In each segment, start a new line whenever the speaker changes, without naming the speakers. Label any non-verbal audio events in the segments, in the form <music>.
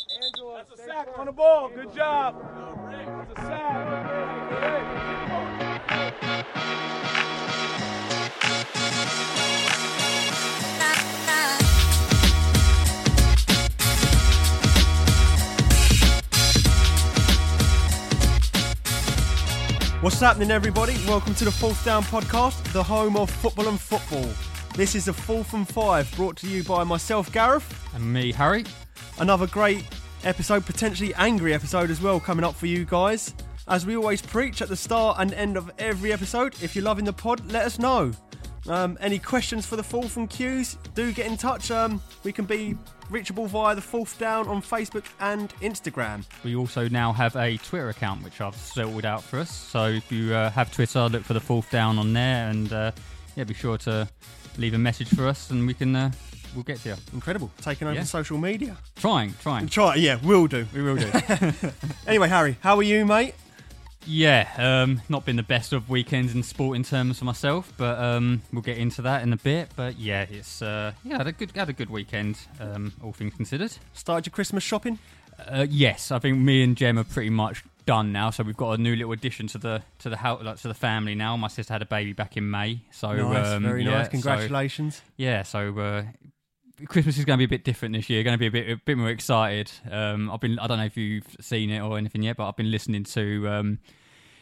That's a sack on the ball. Good job. That's a sack.
What's happening, everybody? Welcome to the Fourth Down Podcast, the home of football and football. This is the Fourth and Five, brought to you by myself, Gareth.
And me, Harry.
Another great episode, potentially angry episode as well, coming up for you guys. As we always preach at the start and end of every episode, if you're loving the pod, let us know. Um, any questions for the fourth and cues? Do get in touch. Um, we can be reachable via the fourth down on Facebook and Instagram.
We also now have a Twitter account, which I've sorted out for us. So if you uh, have Twitter, look for the fourth down on there, and uh, yeah, be sure to leave a message for us, and we can uh, we'll get to you.
Incredible, taking over
Yeah.
social media.
Trying, trying.
Try, yeah, will do.
<laughs> We will do.
Anyway, Harry, how are you, mate?
yeah, um, not been the best of weekends in sporting terms for myself, but um, we'll get into that in a bit. But yeah, it's uh, yeah, had a good had a good weekend, um, all things considered.
Started your Christmas shopping?
Uh, yes, I think me and Jem are pretty much done now. So we've got a new little addition to the to the house, like, to the family now. My sister had a baby back in May, so
Nice,
um,
very
yeah,
nice.
so-
Congratulations.
yeah, so uh, Christmas is going to be a bit different this year. Going to be a bit a bit more excited. Um, I've been I don't know if you've seen it or anything yet, but I've been listening to. Um,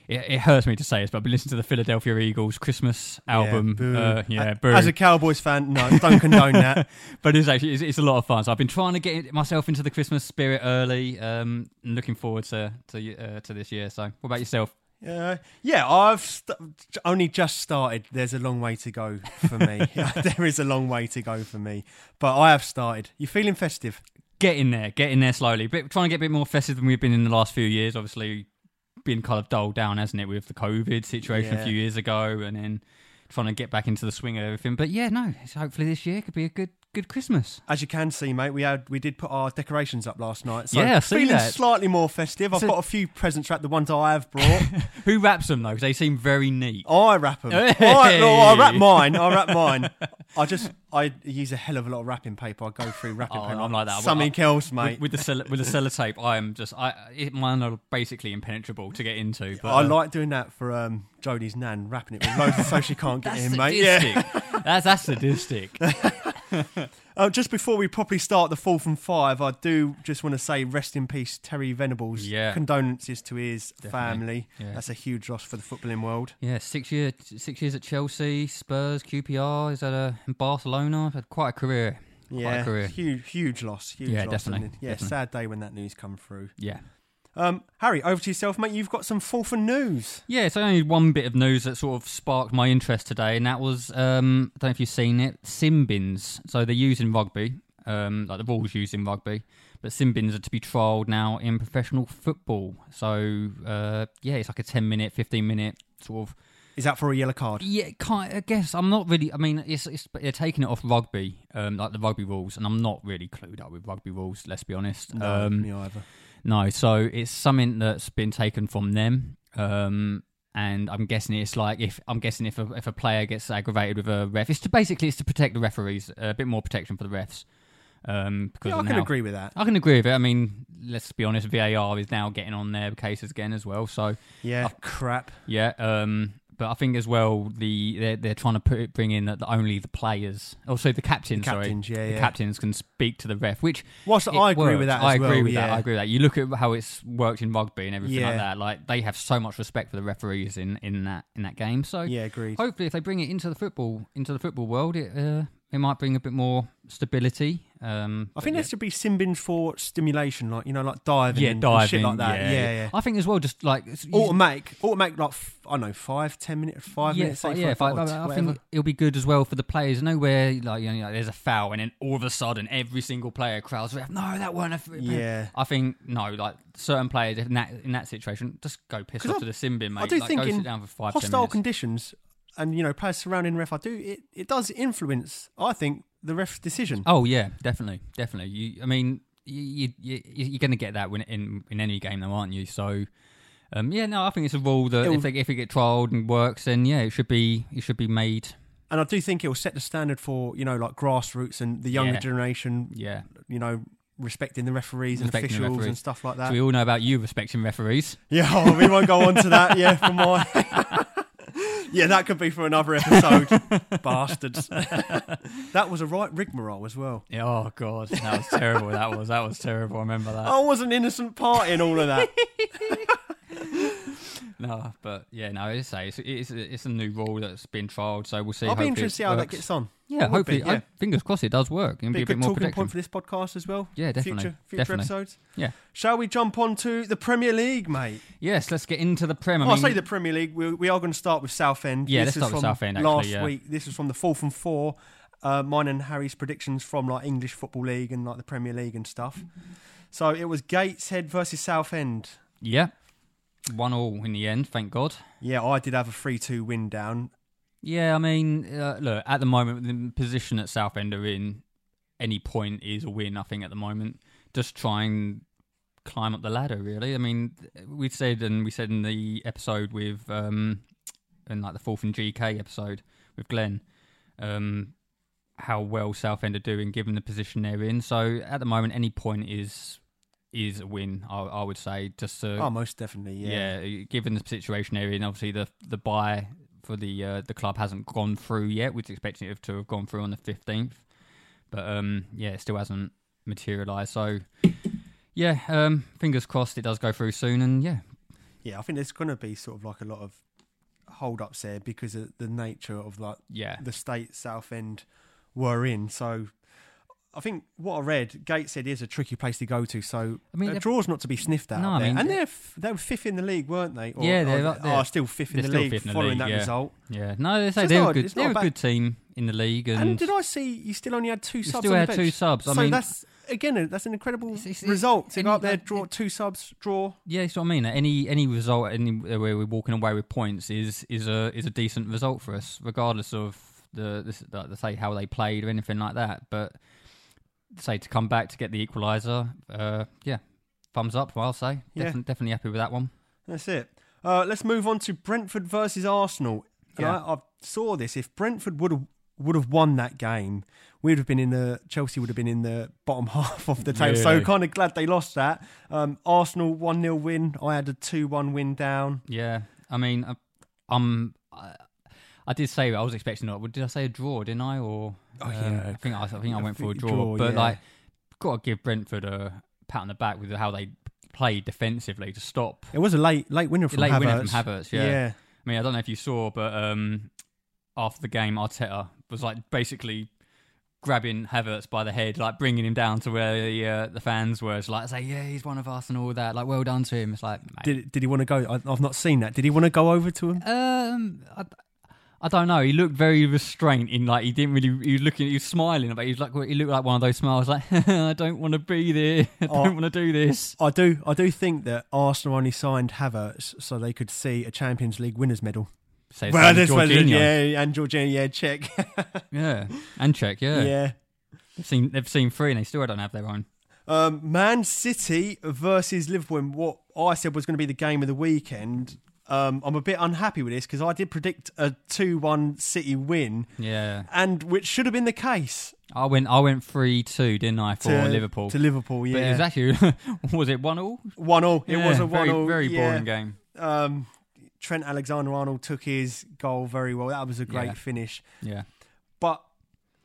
it, it hurts me to say this, but I've been listening to the Philadelphia Eagles Christmas <laughs> album.
boo.
Uh, yeah,
A-
boo.
As a Cowboys fan, no, don't
<laughs>
condone that.
but it's actually it's, it's a lot of fun. So I've been trying to get myself into the Christmas spirit early. Um, and looking forward to to uh, to this year. So what about yourself?
Uh, yeah, I've st- only just started. There's a long way to go
<laughs>
for me. <laughs> there is a long way to go for me, but I have started. You feeling festive?
Getting there, getting there slowly. Bit trying to get a bit more festive than we've been in the last few years. Obviously, been kind of dulled down, hasn't it, with the COVID situation
Yeah.
a few years ago, and then trying to get back into the swing of everything. But yeah, no, it's hopefully this year could be a good good Christmas.
As you can see, mate, we had we did put our decorations up last night. So
Yeah, I see
feeling
that.
slightly more festive. I've
So-
got a few presents wrapped. The ones I have brought,
<laughs> Who wraps them though? 'Cause they seem very neat.
I
<laughs>
wrap them.
Hey.
I, no, I wrap mine. I wrap
<laughs>
mine. I just I use a hell of a lot of wrapping paper. I go through wrapping
Oh,
paper.
I'm like that.
Something
I-
else, mate.
With, with the cell- with the
<laughs>
sellotape, I'm just I it, mine are basically impenetrable to get into. But
I
uh,
like doing that for um, Jodie's nan, wrapping it
<laughs>
with loads so she can't get
That's
in, mate. Yeah.
sadistic. <laughs> that's that's sadistic.
Uh, just before we properly start the fourth and five, I do just want to say rest in peace, Terry Venables.
Yeah.
Condolences to his family.
Yeah.
That's a huge loss for the footballing world.
Yeah, six year six years at Chelsea, Spurs, QPR. Is that a and Barcelona? Had quite a career. Quite
Yeah,
a career.
huge, huge loss. Huge
Yeah,
loss.
definitely,
and, Yeah,
definitely.
sad day when that news come through.
Yeah.
Um, Harry, over to yourself, mate. You've got some fourth and news.
Yeah, it's only one bit of news that sort of sparked my interest today, and that was um, I don't know if you've seen it, sim bins. So they're used in rugby, um, like the ball's used in rugby, but sim bins are to be trialled now in professional football. So uh, yeah, it's like a ten minute, fifteen minute sort of
Is that for a yellow card?
Yeah, kind I guess I'm not really. I mean, it's, it's but they're taking it off rugby, um, like the rugby rules, and I'm not really clued up with rugby rules. Let's be honest. um,
me either.
no, so it's something that's been taken from them, um, and I'm guessing it's like if I'm guessing if a, if a player gets aggravated with a ref, it's to basically it's to protect the referees, a bit more protection for the refs. Um, because
Yeah, I
of
can
how-
agree with that.
I can agree with it. I mean, let's be honest, VAR is now getting on their cases again as well, so.
Yeah, Oh, crap.
Yeah, um, but I think as well the they're, they're trying to put it, bring in that the, only the players, also the captains,
The captains,
sorry,
yeah,
the
yeah.
captains can speak to the ref. Which
Whilst
it
I agree
works.
with that
I
as
agree
well,
with that.
yeah.
I agree with that. You look at how it's worked in rugby and everything
Yeah.
like that. Like they have so much respect for the referees in, in that in that game. So
Yeah, agreed.
hopefully, if they bring it into the football into the football world, it uh, it might bring a bit more stability. Um,
I
but
think
yeah.
there should be sim bins for stimulation, like you know, like diving,
yeah,
and
diving,
shit like that. Yeah, yeah.
I think as well, just like it's-
Automatic, automatic, like f- I don't know, five, ten minutes, five minutes.
fi-
say,
yeah,
five,
fi-
or t-
I, I
whatever.
think it'll be good as well for the players. Nowhere like you know, like, there's a foul, and then all of a sudden every single player crowds. around, No, that weren't a. f-
Yeah.
I think no, like certain players in that in that situation, just go piss
'Cause
off
I-
to the sin bin, mate.
I do
like,
think
go
in
sit down for five, ten
hostile
minutes.
conditions, and you know, players surrounding ref, I do it. It does influence, I think, the ref's decision.
oh yeah, definitely, definitely. You, I mean, you, you, you you're going to get that when, in in any game, though, aren't you? So. Um, yeah, no, I think it's a rule that
It'll-
if they if it get trialled and works, then yeah, it should be it should be made.
And I do think it will set the standard for you know, like grassroots and the younger
Yeah.
generation.
Yeah,
You know, respecting the referees and
Respecting the
officials and
referees.
stuff like
So
that.
we all know about you respecting referees.
Yeah, oh, we won't go on to that. Yeah, for my. <laughs> yeah, that could be for
<laughs>
another episode. Bastards. <laughs> that was a right rigmarole as well.
Yeah, oh god, that was terrible. that was that was terrible. I remember that.
I was an innocent part in all
<laughs>
of that.
No, but yeah, no, it's a, it's, it's, it's a new rule that's been trialed, so we'll see.
I'll be
Hopefully
interested to see
it
how that
works.
gets on.
Yeah,
It would
hopefully,
be, yeah.
I, fingers crossed, it does work and
Be
be,
a
a bit
good
more
talking
protection.
point for this podcast as well.
Yeah, definitely,
Future, future
definitely.
episodes.
Yeah.
Shall we jump on to the Premier League, mate?
Yes, let's get into the Prem. I
I will
mean,
Oh, say the Premier League. We, we are going to start with Southend.
Yeah, let's
this is
start with
from
Southend, actually,
Last
yeah.
week, this was from the fourth and four. Uh, mine and Harry's predictions from like English football league and like the Premier League and stuff. So it was Gateshead versus Southend.
yeah, one all in the end. Thank God.
Yeah, I did have a three-two win down.
Yeah, I mean, uh, look, at the moment, the position that Southend are in, any point is a win, I think, at the moment. Just try and climb up the ladder, really. I mean, we said, and we said in the episode with, um, in like the fourth and GK episode with Glenn, um, how well Southend are doing given the position they're in. So at the moment, any point is is a win, I, I would say, just to
Oh, most definitely. Yeah.
yeah. uh, given the situation they're in, obviously the the buy for the uh, the club hasn't gone through yet. We'd expect it to have gone through on the fifteenth, but um, yeah, it still hasn't materialised. So yeah, um, fingers crossed it does go through soon. And yeah,
Yeah, I think there's going to be sort of like a lot of hold-ups there because of the nature of like
yeah,
the state Southend were in. So I think what I read, Gateshead is a tricky place to go to. So
I mean,
a
they're-
draw's not to be sniffed at.
No,
out
I
there.
mean,
and
they're-
they're f- they were fifth in the league, weren't they? Or,
Yeah, they're
or
up
they
there.
are still fifth in
They're
the
still
league
fifth in the
following
league,
that
yeah.
result.
yeah. No, they
So
say
it's
they're
not-
a good,
it's
they're
not
a
bad.
good team in the league,
And,
and
did I see you still only had two
You
subs?
still
on
had
the
two
bench?
subs. I
so
mean-
that's again a, that's an incredible
It's- it's-
result to
and
go
you-
up there,
that-
draw
it-
two subs, draw.
yeah, that's what I mean. Any any result any, where we're walking away with points is is a is a decent result for us, regardless of the this like they say how they played or anything like that. But say to come back to get the equaliser, uh, yeah, thumbs up. I'll say
Yeah.
Defin- definitely happy with that one.
That's it. Uh, let's move on to Brentford versus Arsenal. And
Yeah.
I, I saw this. If Brentford would have would have won that game, we'd have been in the Chelsea would have been in the bottom <laughs> half of the table. So
Really?
kind of glad they lost that. Um, Arsenal one 0 win. I had a two one win down.
Yeah, I mean, I, I'm. I, I did say I was expecting not. Did I say a draw? Didn't I? Or um,
Oh, yeah.
I think I, I think I
I
went for a
think
draw.
draw,
but
yeah.
like, got to give Brentford a pat on the back with how they played defensively to stop
It was a late late winner from
late
Havertz.
winner from Havertz. Yeah.
yeah.
I mean, I don't know if you saw, but um, after the game, Arteta was like basically grabbing Havertz by the head, like bringing him down to where the uh, the fans were. It's like say, yeah, he's one of us and all that. Like, well done to him. It's like, mate,
Did did he want to go? I, I've not seen that. Did he want to go over to him?
um, I, I don't know. He looked very restrained. In like, he didn't really. He was looking. He was smiling, but he was like, he looked like one of those smiles. Like, <laughs> I don't want to be there. <laughs> I
Oh.
don't want to do this.
I do. I do think that Arsenal only signed Havertz so they could see a Champions League winners medal.
Say
Well,
this
this was
Jorginho. yeah,
yeah, and Jorginho, yeah, check, <laughs>
and check, yeah.
yeah.
They've seen they've seen three, and they still don't have their own.
Um, Man City versus Liverpool. and What I said was going to be the game of the weekend. Um, I'm a bit unhappy with this because I did predict a 2-1 City win,
Yeah.
and which should have been the case
I went I went three two, didn't I, for
to
Liverpool.
To Liverpool,
But it was
yeah,
actually <laughs> was it one all?
one all. It was a one
very,
all.
very
yeah.
boring game.
Um, Trent Alexander-Arnold took his goal very well. That was a great
Yeah.
finish.
Yeah.
But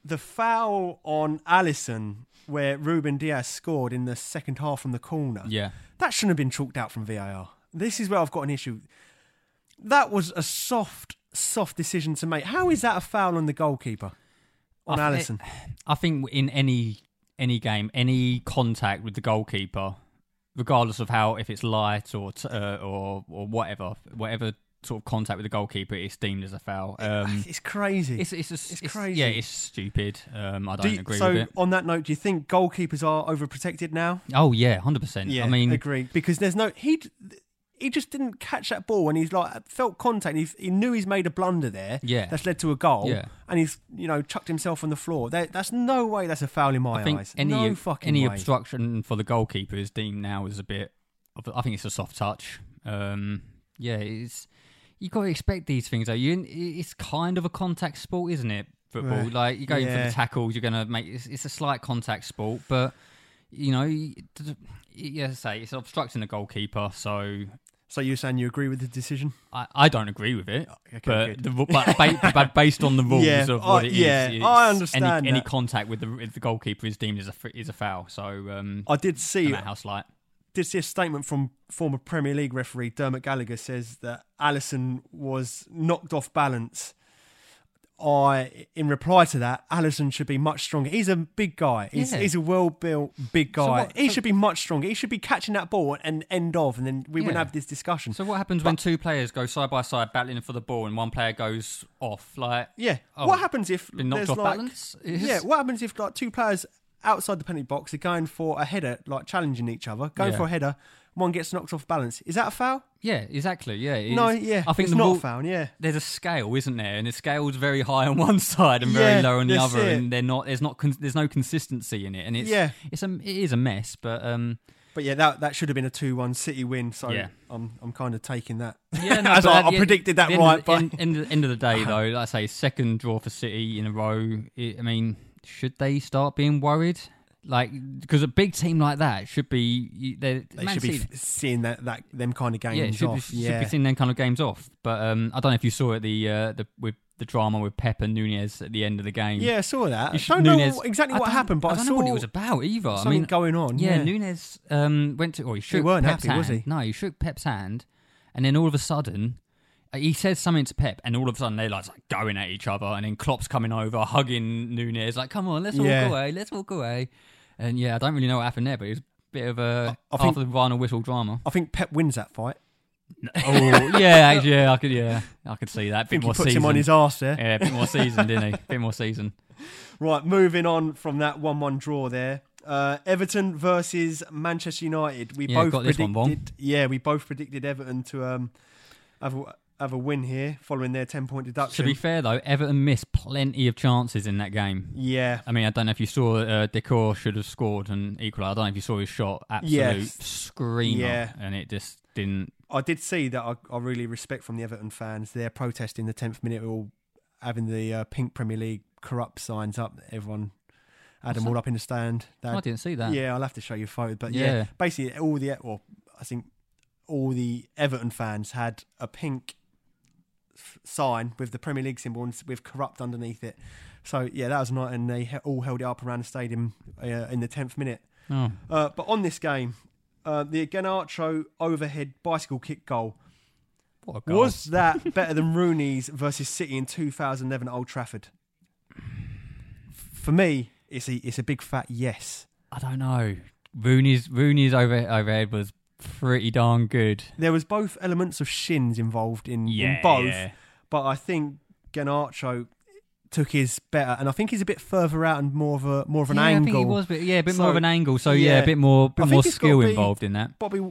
the foul on Allison, where Ruben Diaz scored in the second half from the corner,
Yeah.
that shouldn't have been chalked out from VAR. This is where I've got an issue. That was a soft, soft decision to make. How is that a foul on the goalkeeper? On
I thi-
Allison?
I think in any any game, any contact with the goalkeeper, regardless of how if it's light or t- uh, or or whatever, whatever sort of contact with the goalkeeper, it's deemed as a foul. Um,
It's
<sighs>
crazy.
it's it's, just,
it's crazy.
Yeah, it's stupid. Um, I
Do
don't
you-
agree
so,
with it.
on that note, do you think goalkeepers are overprotected now?
Oh yeah, hundred percent. I mean,
agreed. Because there's no he. He just didn't catch that ball, and he's like felt contact. He, he knew he's made a blunder there.
Yeah.
that's led to a goal.
Yeah.
and he's you know chucked himself on the floor. That, that's no way. That's a foul in my
I think
eyes.
any
no
ob-
fucking
any
way.
obstruction for the goalkeeper is deemed now as a bit. Of, I think it's a soft touch. Um, yeah, it's you got to expect these things though. You, it's kind of a contact sport, isn't it? Football,
Yeah.
like you're going for
Yeah.
the tackles, you're going to make. It's, it's a slight contact sport, but you know, y- d- yeah, say it's obstructing the goalkeeper. So
So you're saying you agree with the decision?
I, I don't agree with it, but
good.
the, ru- but, ba- but based
<laughs>
on the rules
Yeah,
of
I-
what it is,
yeah,
it's-
I understand
any, any
that.
contact with the with the goalkeeper is deemed as a f- is a foul. So um,
I did see
house light.
did see a statement from former Premier League referee Dermot Gallagher says that Allison was knocked off balance. I, in reply to that, Allison should be much stronger. He's a big guy. He's,
Yeah.
he's a well-built big guy.
what-
he
so-
should be much stronger. He should be catching that ball and end of, and then we wouldn't
Yeah.
have this discussion.
So what happens when two players go side by side battling for the ball and one player goes off? Like
Yeah.
Oh,
what happens if
been knocked
there's
off
like,
balance? Is-
Yeah. What happens if like two players outside the penalty box are going for a header, like challenging each other, going
Yeah.
for a header, one gets knocked off balance? Is that a foul?
yeah, exactly. Yeah, it
No.
is.
Yeah.
I think
it's
the
not
rule-
a foul. Yeah.
There's a scale, isn't there? And the scale's very high on <laughs> one side and very
Yeah,
low on the
that's
other,
it.
and they're not. There's not. Con- there's no consistency in it, and it's
Yeah.
it's a it is a mess. But um,
But yeah, that that should have been a two-one City win. So
Yeah.
I'm I'm kind of taking that.
Yeah, <laughs> no,
<laughs> As
but
I,
at
I
the-
predicted that
the end
right,
Of the, end,
but
end, of the- end of the
<sighs>
day, though, like I say second draw for City in a row. It, I mean, should they start being worried? Like, because a big team like that should be you- they're,
they
Man
should be
City-
f- seeing that that them kind of games
yeah, should
off.
be,
yeah.
should be seeing them kind of games off. But um, I don't know if you saw it the uh, the with the drama with Pep and Nunez at the end of the game.
yeah, I saw that. I
You should-
don't know
Nunez-
what- exactly
I
what
don't-
happened, but I,
I don't
saw
know what it was about either. I
something
mean,
going on.
yeah,
yeah.
Nunes um, went to, or he shook
weren't
Pep's
happy, was
hand.
he?
No, he shook Pep's hand, and then all of a sudden, uh, he says something to Pep, and all of a sudden they're like, like, going at each other, and then Klopp's coming over, hugging Nunes, like, "Come on, let's
Yeah.
walk away, let's walk away." And yeah, I don't really know what happened there, but it was a bit of a
I- I think-
after the final whistle
<laughs>
drama.
I think Pep wins that fight.
<laughs> oh yeah, actually, yeah, I could, yeah, I could see that.
I
bit
think he
more
puts
seasoned.
him on his arse there.
yeah, bit more seasoned, didn't he? Bit more
<laughs>
seasoned.
Right, moving on from that 1 1 draw there. Uh, Everton versus Manchester United. We
Yeah,
both
got this
predicted,
one wrong.
Yeah, we both predicted Everton to um, have, a, have a win here following their 10 point
To
deduction.
be fair though, Everton missed plenty of chances in that game.
yeah.
I mean, I don't know if you saw uh, Decor should have scored and equalised. I don't know if you saw his shot, absolute
Yes.
screamer,
Yeah.
and it just didn't.
I did see that I, I really respect from the Everton fans. They're protesting the 10th minute, all having the uh, pink Premier League corrupt signs up. Everyone had them all up in the stand. They
I
had-
didn't see that.
Uh, Yeah, I'll have to show you a photo. But yeah,
Yeah.
basically all the well, I think all the Everton fans had a pink f- sign with the Premier League symbol and s- with corrupt underneath it. So yeah, that was night, and they he- all held it up around the stadium uh, in the tenth minute.
Oh.
Uh, but on this game, uh, the Ganacho overhead bicycle kick goal.
What a goal.
Was that better than Rooney's versus City in 2011 at Old Trafford? For me, it's a it's a big fat yes.
I don't know. Rooney's Rooney's over overhead was pretty darn good.
There was both elements of shins involved in,
Yeah,
in both,
yeah.
but I think Ganacho took his better, and I think he's a bit further out and more of a more of an
yeah, I
angle.
think it was, but yeah, a bit
So,
more of an angle. So yeah,
yeah.
a bit more,
I
bit
think
more
it's gotta
skill
be-
involved in that.
Bobby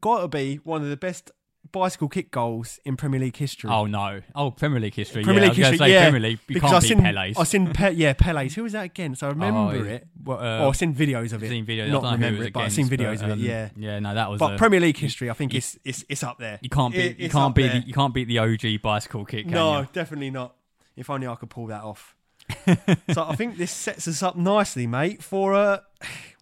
got to be one of the best bicycle kick goals in Premier League history.
Oh no! Oh, Premier League history.
Premier
yeah, I was
League history,
gonna say
yeah,
Premier League. You
because
can't
I
beat
seen,
Pele's.
I seen Pe- yeah Pele's. Who was that again? So I remember
Oh,
it.
What,
oh,
uh,
I've seen videos of it.
seen videos.
Not
I don't know who
remember
was
it, but I've
against,
seen videos of it.
um,
Yeah.
yeah. No, that was.
But
a-
Premier League history, I think it's it's it's up there.
You can't beat
It-
you
it's
can't
up
beat
there.
the, you can't beat the OG bicycle kick. Can
No,
you?
definitely not. If only I could pull
<laughs>
that off. so I think this sets us up nicely, mate, for uh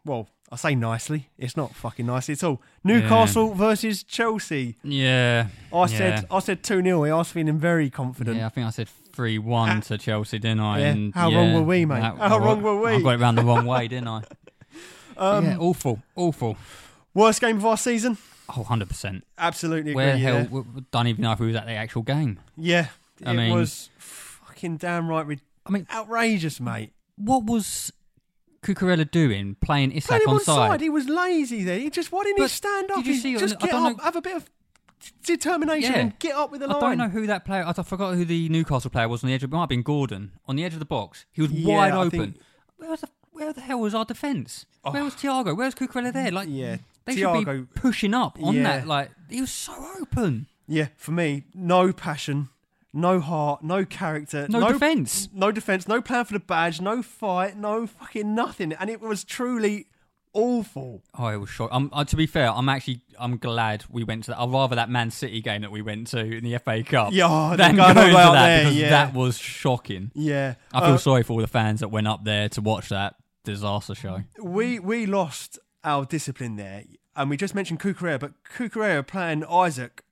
well, I say nicely. It's not fucking nice at all. Newcastle versus Chelsea.
Yeah,
I said I said two 0 I was feeling very confident.
yeah. I think I said three one to Chelsea, didn't I?
Yeah.
And
How
yeah,
wrong were we, mate? How
I-
wrong were we?
I got it round the wrong way, didn't
<laughs>
I? yeah, awful, awful.
Um, Worst game of our season?
Oh, 100 percent.
Absolutely agree.
Where the hell?
yeah.
w- w- Don't even know if we was at the actual game.
yeah.
I
it
mean-
was fucking downright rid-
I mean,
outrageous, mate.
what was Cucurella doing? Playing Isak
Played him
on
on side. He was lazy there. He just why didn't he
But
stand
did
up?
you
He
see it on
just
the- I
get
don't
up,
know-
have a bit of determination
Yeah.
and get up with the line.
I don't know who that player. I th- forgot who the Newcastle player was on the edge of. It might have been Gordon on the edge of the box. He was
Yeah,
wide
I
open.
think- Oh.
Where was the Where the hell was our defence? Where was Thiago? Where was Cucurella there? Like,
Yeah,
they should
Thiago-
be pushing up on
Yeah.
that. Like, he was so open.
Yeah, for me, no passion, no heart, no character,
No defence.
no defense, no plan for the badge, no fight, no fucking nothing, and it was truly awful.
Oh, it was shock. Um, uh, to be fair, I'm actually I'm glad we went to that. I'd rather that Man City game that we went to in the FA Cup.
Yeah, oh,
than
they're going all <laughs> the way
to
up
that
there,
because
yeah.
that was shocking.
Yeah,
I feel
Uh,
sorry for all the fans that went up there to watch that disaster show.
we we lost our discipline there, and we just mentioned Kukurea, but Kukurea playing Isaac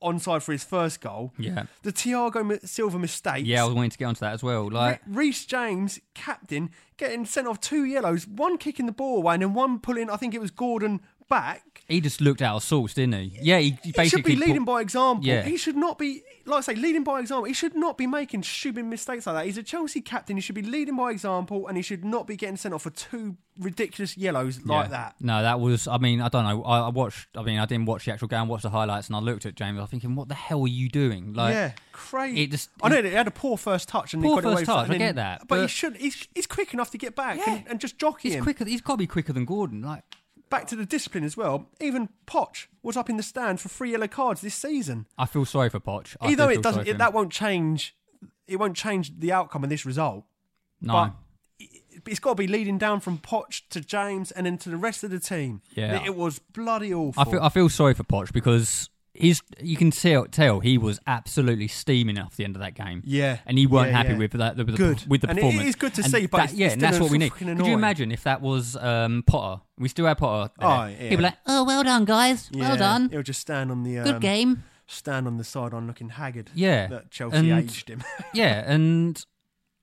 onside for his first goal.
Yeah.
The Thiago Mi- Silva mistakes.
Yeah, I was wanting to get onto that as well. Like,
Reese James, captain, getting sent off two yellows, one kicking the ball away, and then one pulling. I think it was Gordon back.
he just looked out of sorts, didn't he? Yeah, he, he
He should
basically
be leading by example.
Yeah.
He should not be, like I say, leading by example. He should not be making stupid mistakes like that. He's a Chelsea captain. He should be leading by example, and he should not be getting sent off for two ridiculous yellows like
Yeah.
that.
No, that was. I mean, I don't know. I, I watched. I mean, I didn't watch the actual game. I watched the highlights, and I looked at James. I was thinking, what the hell are you doing? Like,
yeah, crazy.
it just-
I know that he had a poor first touch and
Poor
he got it away
first
with-
touch,
and
I
then-
get that,
but, he
but-
should. He's, he's quick enough to get back
Yeah.
and, and just jockey
he's
him.
quicker. He's got to be quicker than Gordon. Like,
Back to the discipline as well. Even Poch was up in the stand for three yellow cards this season.
I feel sorry for Poch. I
Even
do feel
though it
sorry
doesn't,
for
it,
him.
that won't change. It won't change the outcome of this result.
no.
But it- it's got to be leading down from Poch to James and then to the rest of the team.
Yeah.
it, it was bloody awful.
I feel I feel sorry for Poch because he's you can tell tell he was absolutely steaming off the end of that game.
Yeah.
and he weren't
Yeah,
happy
yeah.
with that with the,
Good.
with the
And it
performance.
is good to
And
see, but
that-
it's-
yeah,
it's
and that's
still
what we need.
freaking
Could
annoying.
you imagine if that was um, Potter? We still had Potter. There.
Oh, yeah.
He'd be like, "Oh, well done, guys.
Yeah,
Well done.
He'll just stand on the um,
Good game."
Stand on the sideline looking haggard.
Yeah,
that Chelsea
and-
aged him. <laughs>
Yeah, and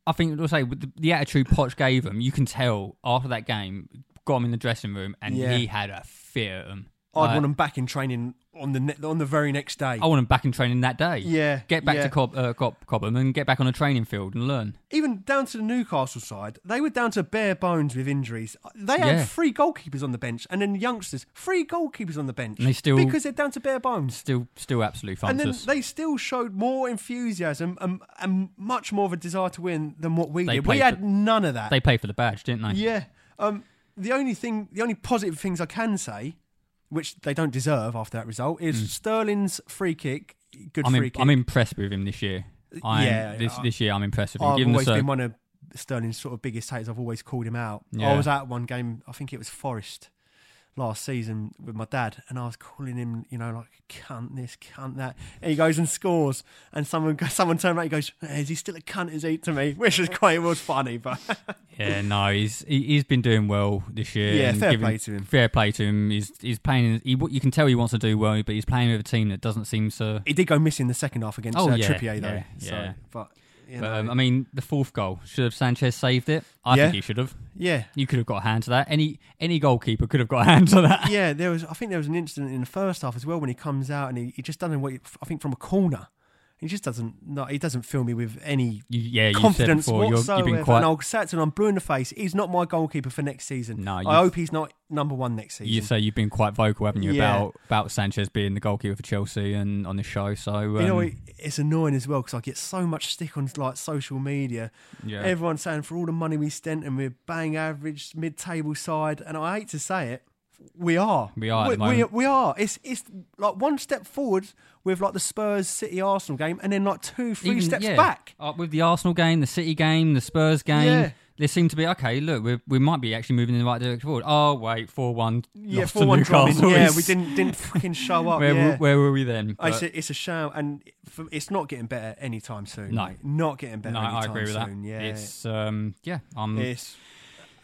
I think we'll say with the, the attitude Poch gave him, you can tell after that game, got him in the dressing room, and
Yeah.
he had a fear of him.
I'd want him back in training on the ne- on the very next day.
I want him back in training that day.
Yeah,
get back
yeah.
to Cob, uh, Cob, Cobham and get back on a training field and learn.
Even down to the Newcastle side, they were down to bare bones with injuries. Uh, They had
Yeah.
three goalkeepers on the bench, and then youngsters, three goalkeepers on the bench.
And they still-
because they're down to bare bones.
Still, still absolutely
And then
fabulous.
they still showed more enthusiasm and, and much more of a desire to win than what we
They
did. We
played
had
for-
none of that.
They paid for the badge, didn't they?
Yeah. Um, the only thing, the only positive things I can say, which they don't deserve after that result,
Mm.
is Sterling's free kick. Good
I'm,
free
im-
kick.
I'm impressed with him this year. I'm,
Yeah,
this
I-
this year I'm impressed with him.
I've
Given the
always
circ-
been one of Sterling's sort of biggest haters. I've always called him out. I
Yeah.
was at one game, I think it was Forest last season with my dad, and I was calling him, you know, like cunt this, cunt that. And he goes and scores, and someone <laughs> someone turned around and goes, "Is he still a cunt? Is he to me?" Which is quite it was funny, but
Yeah, no, he's he, he's been doing well this year.
Yeah,
and
fair
given-
play to him.
Fair play to him. He's he's playing. He, you can tell he wants to do well, but he's playing with a team that doesn't seem to.
he did go missing the second half against
Oh,
uh,
yeah,
Trippier though.
yeah,
so,
yeah.
but. You
But,
know.
um, I mean, the fourth goal should have Sanchez saved it. I
Yeah.
think he should have.
Yeah.
You could have got a hand to that. Any any goalkeeper could have got a hand to that.
<laughs> Yeah, there was. I think there was an incident in the first half as well when he comes out and he, he just doesn't. know What he, I think from a corner, he just doesn't. No, he doesn't fill me with any
You, yeah, you
confidence
said before you're,
whatsoever.
you've been
And
quite.
I'll sat to him, I'm blue in the face. He's not my goalkeeper for next season.
No,
I
you've-
hope he's not number one next season.
You say you've been quite vocal, haven't you,
Yeah.
about about Sanchez being the goalkeeper for Chelsea and on the show. So um,
you know, it- it's annoying as well because I get so much stick on like social media.
Yeah.
Everyone saying for all the money we spent and we're bang average, mid-table side, and I hate to say it, we are.
We are at
We,
the
we,
moment.
we are. It's it's like one step forward with like the Spurs City Arsenal game, and then like two, three
Even-
steps
yeah,
back.
uh, with the Arsenal game, the City game, the Spurs game.
Yeah.
There seem to be okay. Look, we we might be actually moving in the right direction forward. Oh wait, four one.
Yeah,
lost
four one
to Newcastle.
drumming. Yeah,
<laughs> It's-
we didn't didn't
<laughs>
fucking show up.
Where,
yeah.
were, uh, where were we then? But
it's, a, it's a shame, and for, it's not getting better anytime soon.
No.
mate. not getting better.
no, I
anytime
agree with that.
soon. Yeah,
It's um, yeah. I'm
It's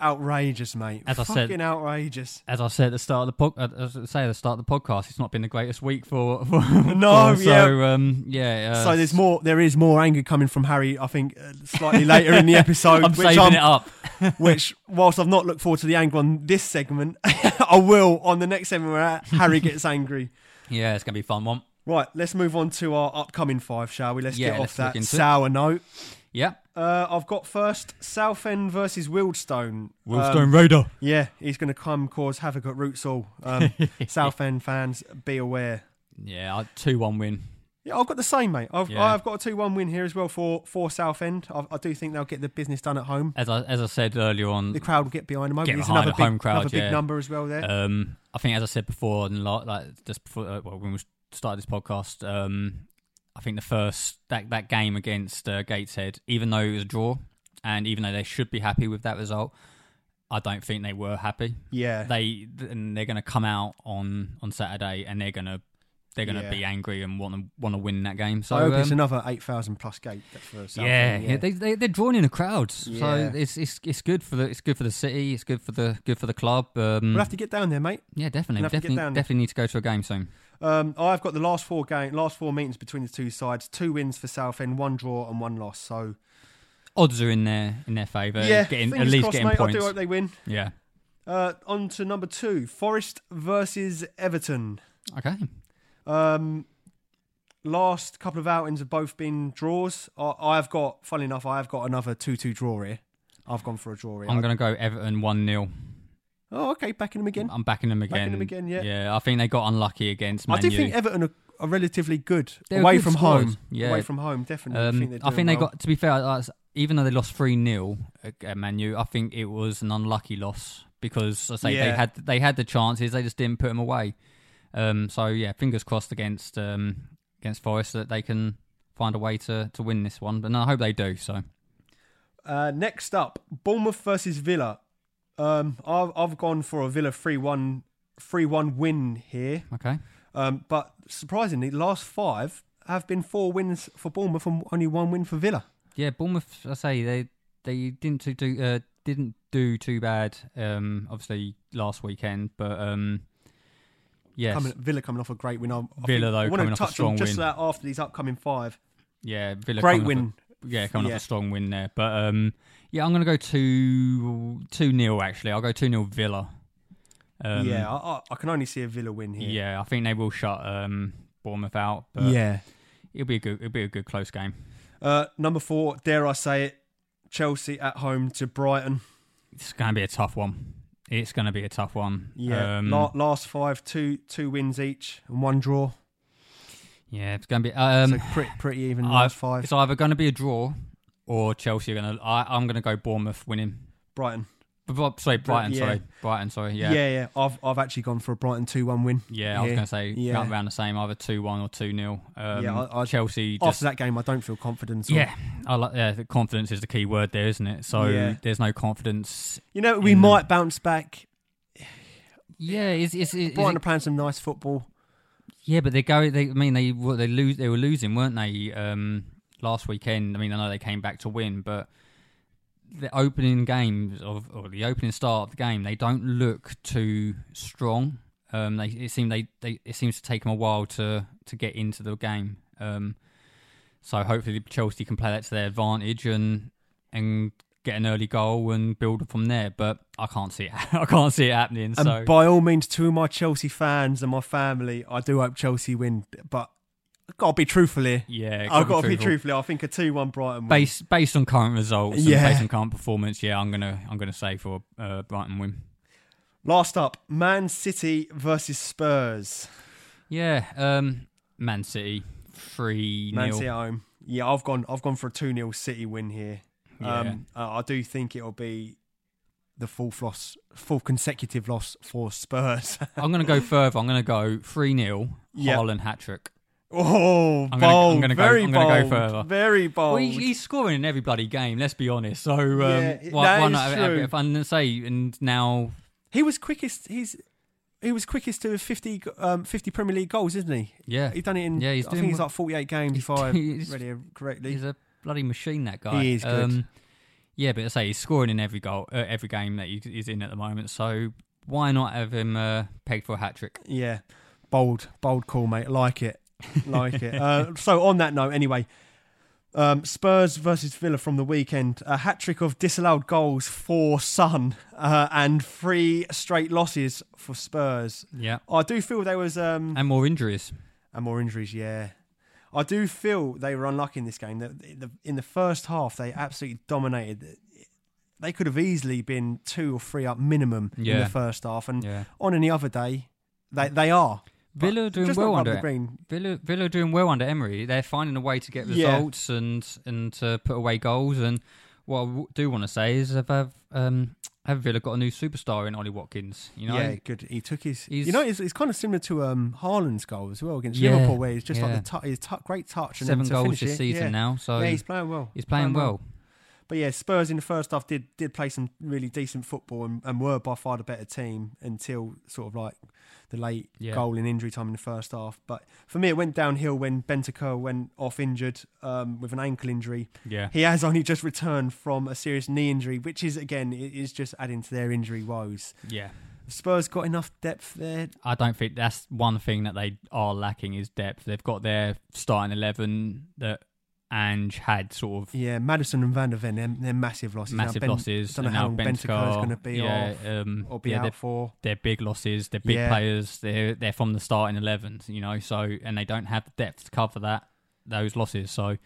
outrageous, mate.
As I
Fucking
said-
outrageous.
as I said at the start of the pod, as I say at the start of the podcast, it's not been the greatest week for. <laughs> for
No,
for-
yeah.
So um, yeah. Uh,
So there's more. There is more anger coming from Harry. I think uh, slightly
<laughs>
later in the episode.
I'm saving it up.
Which, whilst I've not looked forward to the anger on this segment, <laughs> I will on the next segment where
<laughs>
Harry gets angry.
Yeah, it's gonna be a fun one.
Right, let's move on to our upcoming five, shall we? Let's
Yeah,
get
let's
off
look
that
into it.
sour note.
Yeah.
Uh, I've got first Southend versus Wildstone. Um,
Raider.
Yeah, he's going to come cause havoc at Roots All.
<laughs>
Um, Southend fans, be aware.
Yeah, two one win.
Yeah, I've got the same, mate. I've,
Yeah.
I've got a 2 1 win here as well for, for Southend. I, I do think they'll get the business done at home.
As I as I said earlier on,
The crowd will get behind them.
Um, Get
There's
behind
another,
the
big,
home crowd,
another big
yeah.
number as well there.
Um, I think, as I said before, and like, like just before, uh, well, when we started this podcast, um, I think the first that that game against uh, Gateshead, even though it was a draw, and even though they should be happy with that result, I don't think they were happy.
yeah.
They and they're going to come out on on Saturday and they're going to they're going to
Yeah.
be angry and want to want to win that game. So
I hope it's
um,
another eight thousand plus gate for Southampton.
yeah, yeah, they, they they're drawing in the crowds,
Yeah.
so it's it's it's good for the it's good for the city, it's good for the good for the club. Um,
we'll have to get down there, mate.
yeah, definitely,
we'll have to get
definitely,
down there.
definitely need to go to a game soon.
Um, I've got the last four game, last four meetings between the two sides. Two wins for Southend, one draw and one loss. So
Odds are in their in their favour.
yeah,
Uh, getting, at
fingers
least
crossed,
getting
mate.
points.
I do hope they win.
yeah.
Uh, on to number two, Forest versus Everton.
Okay.
Um, last couple of outings have both been draws. I, I've got, funnily enough, I have got another two-two draw here. I've gone for a draw here.
I'm going to go Everton 1 0.
oh, okay, backing them again.
I'm backing them again.
Backing them again, yeah.
I think they got unlucky against Man
I do
U.
think Everton are, are relatively good
They're a
away
good
from
squad.
home.
Yeah.
Away from home, definitely.
Um,
I think, they're doing
they
well.
got, to be fair, that's- even though they lost 3 0 at Man U, I think it was an unlucky loss because I say they
Yeah.
had they had the chances, they just didn't put them away. Um, so yeah, fingers crossed against um, against Forest that they can find a way to, to win this one. But no, I hope they do. So
Uh, next up, Bournemouth versus Villa. Um, I've, I've gone for a Villa 3-1, 3-1 win here.
okay,
Um, but surprisingly, the last five have been four wins for Bournemouth and only one win for Villa.
yeah, Bournemouth. I say they they didn't too, do uh, didn't do too bad. Um, obviously last weekend, but um, yes,
Coming, Villa coming off a great win. I, I think-
Villa, though,
I want
coming
to
off a
touch
strong
on just
win.
that after these upcoming five.
yeah, Villa
Great
coming off a-
win.
yeah, coming
Yeah.
off a strong win there. But um, yeah, I'm gonna go two two nil actually. I'll go two 0 Villa. Um,
yeah, I, I, I can only see a Villa win here.
yeah, I think they will shut um Bournemouth out. But
yeah.
it'll be a good it'll be a good close game.
Uh, number four, dare I say it, Chelsea at home to Brighton.
It's gonna be a tough one. It's gonna be a tough one.
Yeah,
um,
La- last five, two two wins each and one draw.
yeah, it's gonna be. Um,
so pretty, pretty even
I-
last five.
it's either gonna be a draw or Chelsea are gonna. I, I'm gonna go Bournemouth winning.
Brighton.
B- b- Sorry, Brighton.
yeah.
Sorry, Brighton. Sorry.
Yeah. yeah, I've I've actually gone for a Brighton two one win.
Yeah, I was
Yeah.
going to say
Yeah.
around the same, either two one or two 0 um,
Yeah, I- I-
Chelsea.
After
Just,
that game, I don't feel confident. at all.
yeah, I like yeah, the confidence is the key word there, isn't it? So
Yeah.
there's no confidence.
you know we
In-
might bounce back.
Yeah, is is, is,
Brighton are playing some nice football.
yeah, but they go. They I mean they were they lose they were losing, weren't they? Um, last weekend. I mean I know they came back to win, but the opening games of or the opening start of the game, they don't look too strong. Um, they it seemed they, they it seems to take them a while to to get into the game. Um, so hopefully Chelsea can play that to their advantage and and get an early goal and build from there. But I can't see it. <laughs> I can't see it happening.
And
so
by all means, to my Chelsea fans and my family, I do hope Chelsea win. But I've got to be truthful here.
yeah,
I've got to be
truthful.
truthful. I think a two-one Brighton win.
based based on current results,
Yeah.
and based on current performance, yeah, I'm gonna I'm gonna say for uh, Brighton win.
Last up, Man City versus Spurs.
Yeah, um, Man City three
Man City
nil.
at home. Yeah, I've gone. I've gone for a two 0 City win here. Um, uh, I do think it'll be the fourth loss, fourth consecutive loss for Spurs. <laughs>
I'm gonna go further. I'm gonna go three 0
Yeah.
Haaland hat trick.
oh,
I'm gonna- I'm
bold!
gonna go-
very
I'm
bold.
gonna go further.
Very bold.
Well, he, he's scoring in every bloody game. Let's be honest. So um,
Oh, Yeah,
why,
that
why
is
not have, have a
true.
bit of fun and say? And now,
He was quickest. He's he was quickest to 50, um, 50 Premier League goals, isn't he?
yeah,
He done it in.
Yeah, he's
I
doing
think he's
well.
like forty-eight games,
He's
if I
doing- he's-
read it correctly.
he's a bloody machine. That guy. Um,
He is good.
yeah, but I say he's scoring in every goal, uh, every game that he, he's in at the moment. So why not have him uh, pegged for a hat trick?
Yeah, bold, bold call, mate. Like it, like
<laughs>
it. Uh, so on that note, anyway, um, Spurs versus Villa from the weekend. A hat trick of disallowed goals for Sun uh, and three straight losses for Spurs.
Yeah,
I do feel there was um,
and more injuries.
and more injuries. Yeah, I do feel they were unlucky in this game. That the- in the first half they absolutely dominated. They could have easily been two or three up minimum in
Yeah.
the first half, and
Yeah.
on any other day, they they are. But
Villa are doing
just
well
not
under
the
it.
green.
Villa, Villa are doing well under Emery. They're finding a way to get
Yeah.
results and and to put away goals. And what I w- do want to say is, have have, um, have Villa got a new superstar in Ollie Watkins? You know,
yeah, good. He took his.
He's-
you know, it's, it's kind of similar to um Haaland's goal as well against
Yeah,
Liverpool, where he's just
yeah.
like the tu- his tu- great touch and
seven
then to
goals
finish
this
it,
season
yeah.
now. So
yeah, he's playing well.
he's playing well.
But yeah, Spurs in the first half did did play some really decent football and, and were by far the better team until sort of like the late
Yeah.
goal in injury time in the first half. But for me, it went downhill when Bentancur went off injured um, with an ankle injury. <laughs>
Yeah.
He has only just returned from a serious knee injury, which is again it is just adding to their injury woes.
Yeah.
Have Spurs got enough depth there.
I don't think that's one thing that they are lacking is depth. They've got their starting eleven that Ange had sort of
Yeah, Madison and Van der Ven, they're, they're massive losses. Now,
massive
Ben-
losses.
Don't know
and
how
now
long Bentancur's going to be
yeah,
off
um,
or be
yeah,
out
they're,
for.
they're big losses. They're big
Yeah.
players. They're they're from the starting eleven, you know. So and they don't have the depth to cover that those losses. So,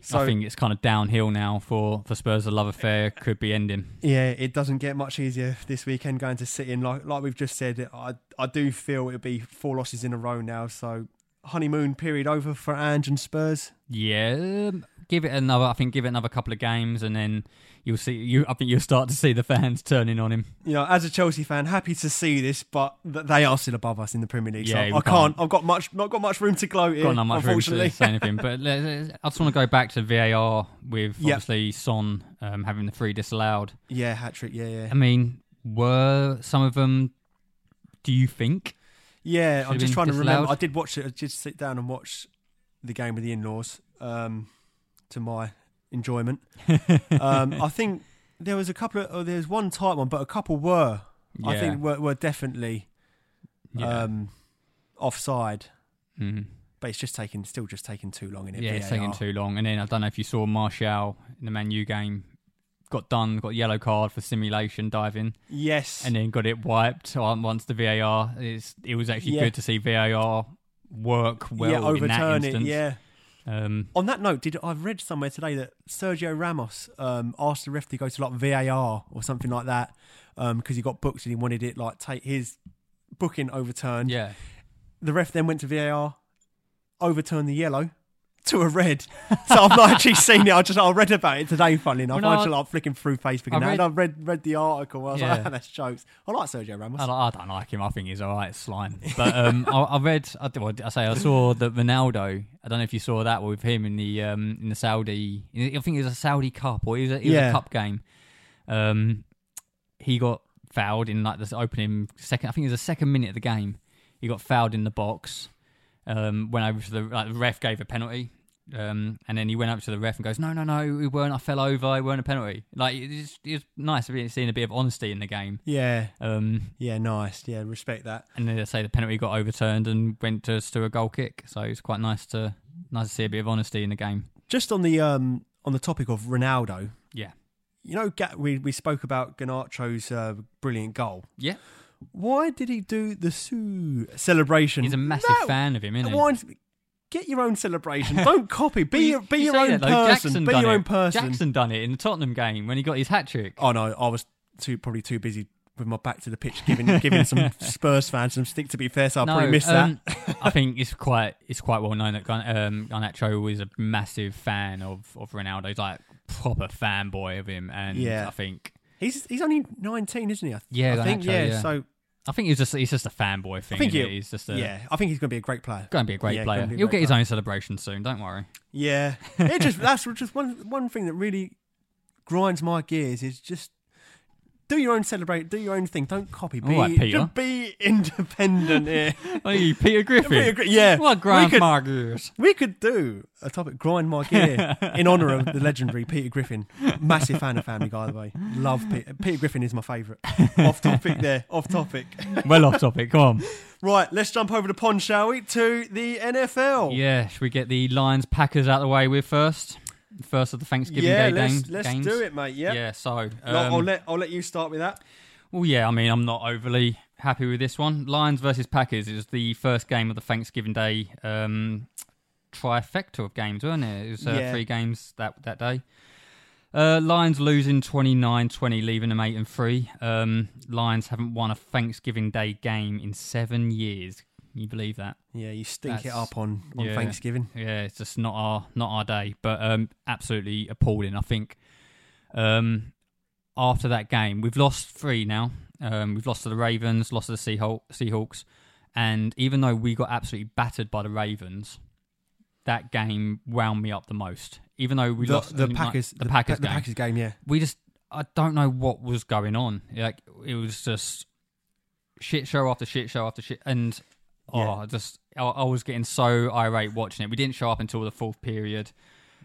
So-
I think it's kind of downhill now for for Spurs. The love affair could be ending.
Yeah, it doesn't get much easier this weekend going to City. And like, like we've just said, I, I do feel it'll be four losses in a row now. So honeymoon period over for Ange and Spurs.
Yeah, um, give it another. I think give it another couple of games, and then you'll see. You, I think you'll start to see the fans turning on him.
You know, as a Chelsea fan, happy to see this, but th- they are still above us in the Premier League.
Yeah,
so
we
I
can't-
can't. I've got much. Not got much room to gloat here.
Got not much room
unfortunately.
to say anything, but let- let- I just want to go back to VAR with
Yep.
obviously Son um, having the three disallowed.
yeah, hat trick. Yeah, yeah,
I mean, were some of them? Do you think?
yeah.
Should've
I'm just
been
trying to remember.
disallowed.
I did watch it. I did sit down and watch the game with the in-laws um, to my
<laughs>
enjoyment. um, I think there was a couple of, oh, there was one tight one, but a couple were, I
Yeah.
think, were, were definitely
Yeah,
um, offside.
Mhm.
But it's just taking, still just taking too long in it.
yeah it's
VAR.
taking too long. And then I don't know if you saw Martial in the Man U game got done, got a yellow card for simulation diving.
Yes,
and then got it wiped on once the VAR. It's, it was actually
Yeah.
good to see VAR work well
yeah,
in that
overturn it.
instance.
Yeah.
Um,
On that note, did I've read somewhere today that Sergio Ramos um, asked the ref to go to like VAR or something like that because he got booked and he wanted it like take his booking overturned.
yeah.
The ref then went to VAR, overturned the yellow to a red. So I've
<laughs>
not actually seen it. I just I read about it today. Funny enough,
Well,
I
no,
was
I-
like flicking through Facebook
I
and, that,
read-
and I read read the article. I was like,
Yeah.
"Ah, that's jokes. I like Sergio Ramos.
I, I don't like him. I think he's all right. It's slime. But um, I, I read. I, well, I say I saw that Ronaldo. I don't know if you saw that with him in the um, in the Saudi. I think it was a Saudi Cup or it was a, it was
Yeah.
a cup game. Um, he got fouled in like this opening second. I think it was the second minute of the game. He got fouled in the box. Um, went over to the like the ref gave a penalty. Um, and then he went up to the ref and goes, "No, no, no, it weren't. I fell over. It weren't a penalty." Like it was, it was nice to be seeing a bit of honesty in the game.
yeah,
Um,
yeah, nice. Yeah, respect that.
and then they say the penalty got overturned and went to to a goal kick. So it's quite nice to nice to see a bit of honesty in the game.
Just on the um on the topic of Ronaldo,
Yeah,
you know, Ga- we we spoke about Ganacho's uh, brilliant goal.
yeah.
Why did he do the Sue celebration?
He's a massive
No!
fan of him, isn't he?
Why- Get your own
<laughs>
celebration. Don't copy. Be your, be
You
your
say
own
that, though.
person.
Jackson
be
done
your
it.
own person.
Jackson done it in the Tottenham game when he got his hat trick.
Oh no, I was too probably too busy with my back to the pitch, giving <laughs>
<laughs>
giving some Spurs fans some stick. To be fair, so I probably missed
um, I think it's quite it's quite well known that Gun- um, Garnacho is a massive fan of of Ronaldo. He's like proper fanboy of him, and
Yeah.
I think
that. He's he's only nineteen, isn't he? I,
Yeah,
I think
Garnacho,
yeah,
yeah.
So
I think he's just he's just a fanboy thing.
I think
isn't
he-
it? he's just a,
yeah, I think he's going to be a great player.
going to be a great
Yeah,
player.
gonna be a
He'll
great
get his
player.
own celebration soon. Don't worry. <laughs>
Yeah, it just that's just one one thing that really grinds my gears is just do your own celebrate, do your own thing. Don't copy. Be
All right, Peter.
just be independent here.
Hey, <laughs> Peter Griffin.
Peter Gri- yeah.
<laughs> What
We
grand
could-
markers?
We could do a topic grind
<laughs>
my gear in honor of the legendary Peter Griffin. Massive fan of Family Guy, by the way. Love Peter. Peter Griffin is my favourite. Off topic there. Off topic.
well off topic. Come on.
Right, let's jump over the pond, shall we? To the NFL.
Yeah, should we get the Lions Packers out of the way with first? First of the Thanksgiving
Yeah,
Day
let's
games.
let's
games.
do it, mate. Yeah.
Yeah, so um,
No, I'll let I'll let you start with that.
well, yeah. I mean, I'm not overly happy with this one. Lions versus Packers is the first game of the Thanksgiving Day um, trifecta of games, weren't it? It was uh,
Yeah.
three games that that day. Uh, Lions losing 29-20, leaving them eight and three. Um, Lions haven't won a Thanksgiving Day game in seven years. Can you believe that?
Yeah, you stink it
That's-
up on, on
yeah.
Thanksgiving.
yeah, it's just not our not our day. But um, absolutely appalling. I think um, after that game, we've lost three now. Um, we've lost to the Ravens, lost to the Seahawks, Seahawks, and even though we got absolutely battered by the Ravens, that game wound me up the most. Even though we
The,
lost
the
in, like,
Packers,
the Packers,
the
game.
Packers game, yeah.
we just I don't know what was going on. Like it was just shit show after shit show after shit, and oh,
Yeah.
I just I, I was getting so irate watching it. We didn't show up until the fourth period.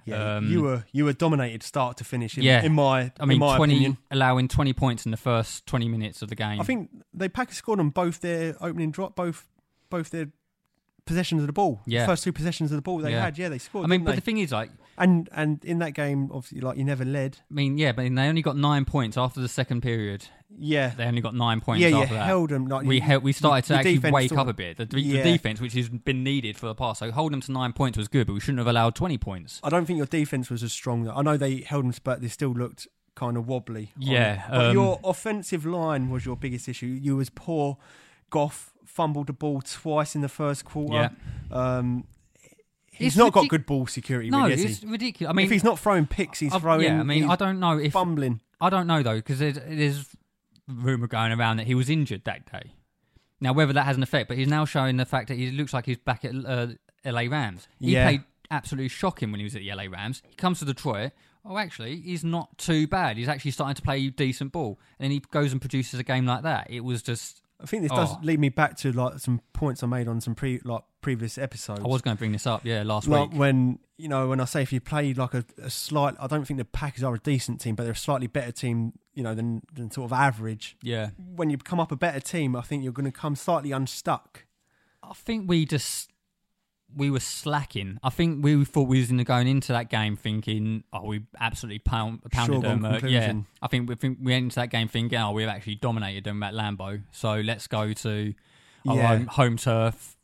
Yeah,
Um,
you were you were dominated start to finish. In,
Yeah.
in my
I mean,
in my
twenty
opinion.
allowing twenty points in the first twenty minutes of the game.
I think they Packers scored on both their opening drop, both both their possessions of the ball.
Yeah.
first two possessions of the ball they
Yeah.
had. Yeah, they scored.
I mean,
didn't
but
they?
the thing is, like,
and and in that game, obviously, like you never led.
I mean, yeah, but they only got nine points after the second period.
Yeah,
They only got nine points.
yeah, you
after that.
held them. Like
we
you-
hel- we started to
the
actually
defense
wake
sort
up
of-
a bit. The, the
Yeah.
defense, which has been needed for the past, so hold them to nine points was good, but we shouldn't have allowed twenty points.
I don't think your defense was as strong. Though. I know they held them, but they still looked kind of wobbly. on
Yeah,
it. but
um,
your offensive line was your biggest issue. You was poor. Goff fumbled the ball twice in the first quarter. Um, he's
It's
not got
ridic-
good ball security,
No,
really, has
it's
he?
ridiculous. I mean,
if he's not throwing picks, he's
I-
throwing.
yeah, I mean,
he's
I don't know if
fumbling.
I don't know though because there's, there's rumor going around that he was injured that day. Now, whether that has an effect, but he's now showing the fact that he looks like he's back at uh, LA Rams. He
Yeah.
played absolutely shocking when he was at the LA Rams. He comes to Detroit. Oh, actually, he's not too bad. He's actually starting to play decent ball, and then he goes and produces a game like that. It was just
I think this does
Oh.
lead me back to like some points I made on some pre like previous episodes.
I was going to bring this up, yeah, last
like
week.
when you know when I say if you play like a, a slight, I don't think the Packers are a decent team, but they're a slightly better team, you know, than than sort of average.
Yeah,
When you come up a better team, I think you're going to come slightly unstuck.
I think we just we were slacking. I think we thought we was in the going into that game thinking, oh, we absolutely pound, pounded
Foregone
them. Uh, yeah,
conclusion.
I think we think we went into that game thinking, oh, we've actually dominated them at Lambeau. So let's go to our
Yeah.
own home turf.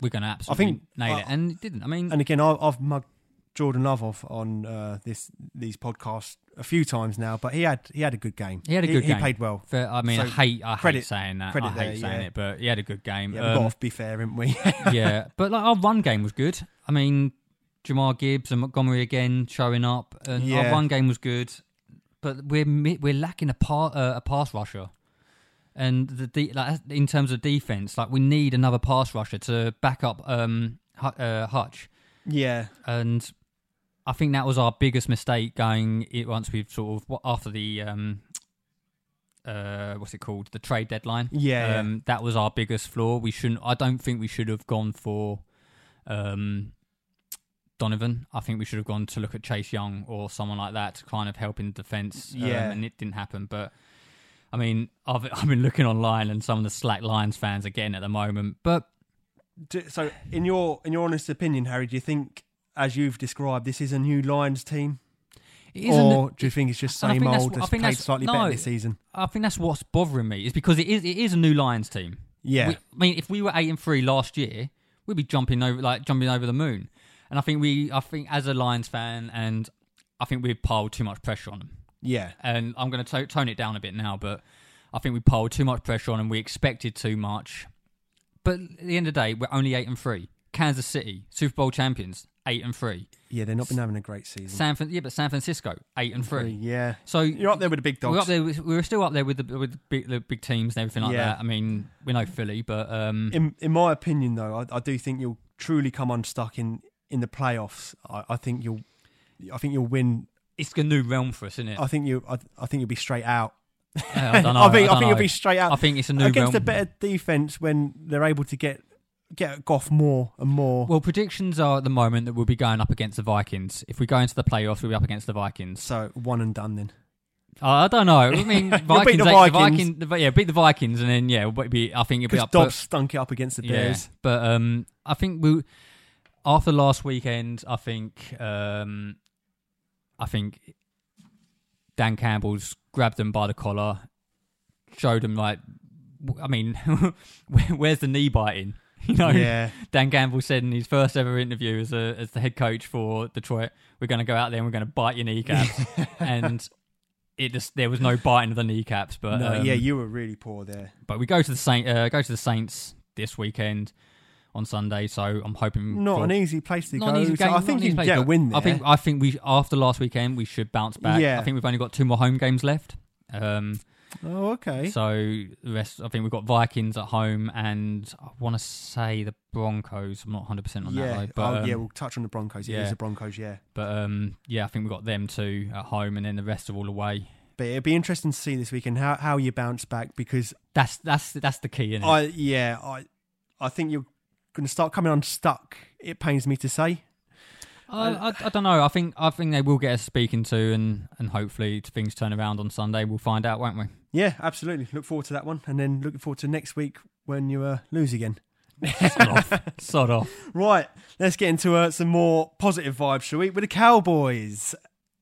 We're going to absolutely
think-
nail it,
uh,
and it didn't. I mean,
And again, I, I've mugged Jordan Love off on uh, this these podcasts a few times now, but he had he had a good game.
he had a good
He
game.
played well.
Fair- I mean, I
So,
hate I hate
credit-
saying that. I
credit
hate
there,
saying
yeah.
it, but he had a good game.
Yeah, we've
Um,
got to be fair, haven't we? <laughs>
yeah, but like our run game was good. I mean, Jamar Gibbs and Montgomery again showing up, and our
Yeah.
run game was good. But we're mi- we're lacking a par, uh, a pass rusher, and the de- like in terms of defense, like we need another pass rusher to back up um Hu- uh, Hutch,
yeah.
and I think that was our biggest mistake going it once we've sort of after the um uh what's it called the trade deadline
Yeah,
um, that was our biggest flaw. We shouldn't. I don't think we should have gone for um, Donovan. I think we should have gone to look at Chase Young or someone like that to kind of help in defence. um,
Yeah.
and it didn't happen. But I mean, I've I've been looking online, and some of the slack Lions fans are getting at the moment. But
Do, so, in your in your honest opinion, Harry, do you think, as you've described, this is a new Lions team,
it isn't.
or do you think it's just
and I
same
think that's
old
what- I
that's
think
played
that's-
slightly
no.
better this season?
I think that's what's bothering me is because it is it is a new Lions team.
Yeah,
We, I mean, if we were eight and three last year, we'd be jumping over like jumping over the moon. And I think we, I think as a Lions fan, and I think we've piled too much pressure on them.
yeah,
And I'm going to tone it down a bit now, but I think we piled too much pressure on and we expected too much. But at the end of the day, we're only eight and three. Kansas City, Super Bowl champions, eight and three.
yeah. They've not been having a great season.
San, Fran- yeah, but San Francisco, eight and three.
Yeah,
So
you're up there with the big dogs.
we're up there. with- We're still up there with the with the big, the big teams and everything like
Yeah.
that. I mean, we know Philly, but um,
in in my opinion, though, I, I do think you'll truly come unstuck in in the playoffs. I, I think you'll, I think you'll win.
it's a new realm for us, isn't it?
I think you, I, I think you'll be straight out.
Yeah, I, don't know,
Oh, <laughs> I think,
don't
I think you'll
know.
be straight out.
I think it's a new
against
realm.
a better defense when they're able to get get at Goff more and more.
well, predictions are at the moment that we'll be going up against the Vikings. If we go into the playoffs, we'll be up against the Vikings.
so one and done then.
Uh, I don't know. I
<laughs>
mean, Vikings,
the
eh,
Vikings.
Viking- the Vi- yeah, beat the Vikings, and then yeah, we'll be. I think it'll be
Because
up.
Dobbs stunk it up against the
but, yeah, <laughs>
Bears.
but um, I think we after last weekend, I think um, I think Dan Campbell's grabbed them by the collar, showed them like, w- I mean, <laughs> where- where's the knee biting? <laughs> You know, Dan Gamble said in his first ever interview as a, as the head coach for Detroit, "We're going to go out there and we're going to bite your
<laughs>
kneecaps," and it just there was no biting of the kneecaps. But
No,
um,
yeah, you were really poor there.
but we go to the Saint uh, go to the Saints this weekend on Sunday, so I'm hoping
Not
for,
an easy place to
Mm, not
go.
an easy
so
game,
I
not
think
an
you
easy
can
place,
get a
but
win there.
I think I think we after last weekend we should bounce back.
Yeah.
I think we've only got two more home games left. Um,
Oh, okay.
So the rest, I think we've got Vikings at home, and I want to say the Broncos. I'm not 100 percent on
yeah.
that, though, but
oh, yeah,
um,
we'll touch on the Broncos. Yeah,
yeah.
it is the Broncos, yeah.
but um, yeah, I think we've got them two at home, and then the rest are all away.
But it'll be interesting to see this weekend how, how you bounce back because
That's that's that's the key, innit?
I yeah, I I think you're going to start coming unstuck. It pains me to say.
I, I, I don't know. I think I think they will get us speaking to, and and hopefully things turn around on Sunday. We'll find out, won't we?
Yeah, absolutely. Look forward to that one, and then looking forward to next week when you uh, lose again.
Sod <laughs> off, sod off.
Right, let's get into uh, some more positive vibes, shall we? With the Cowboys,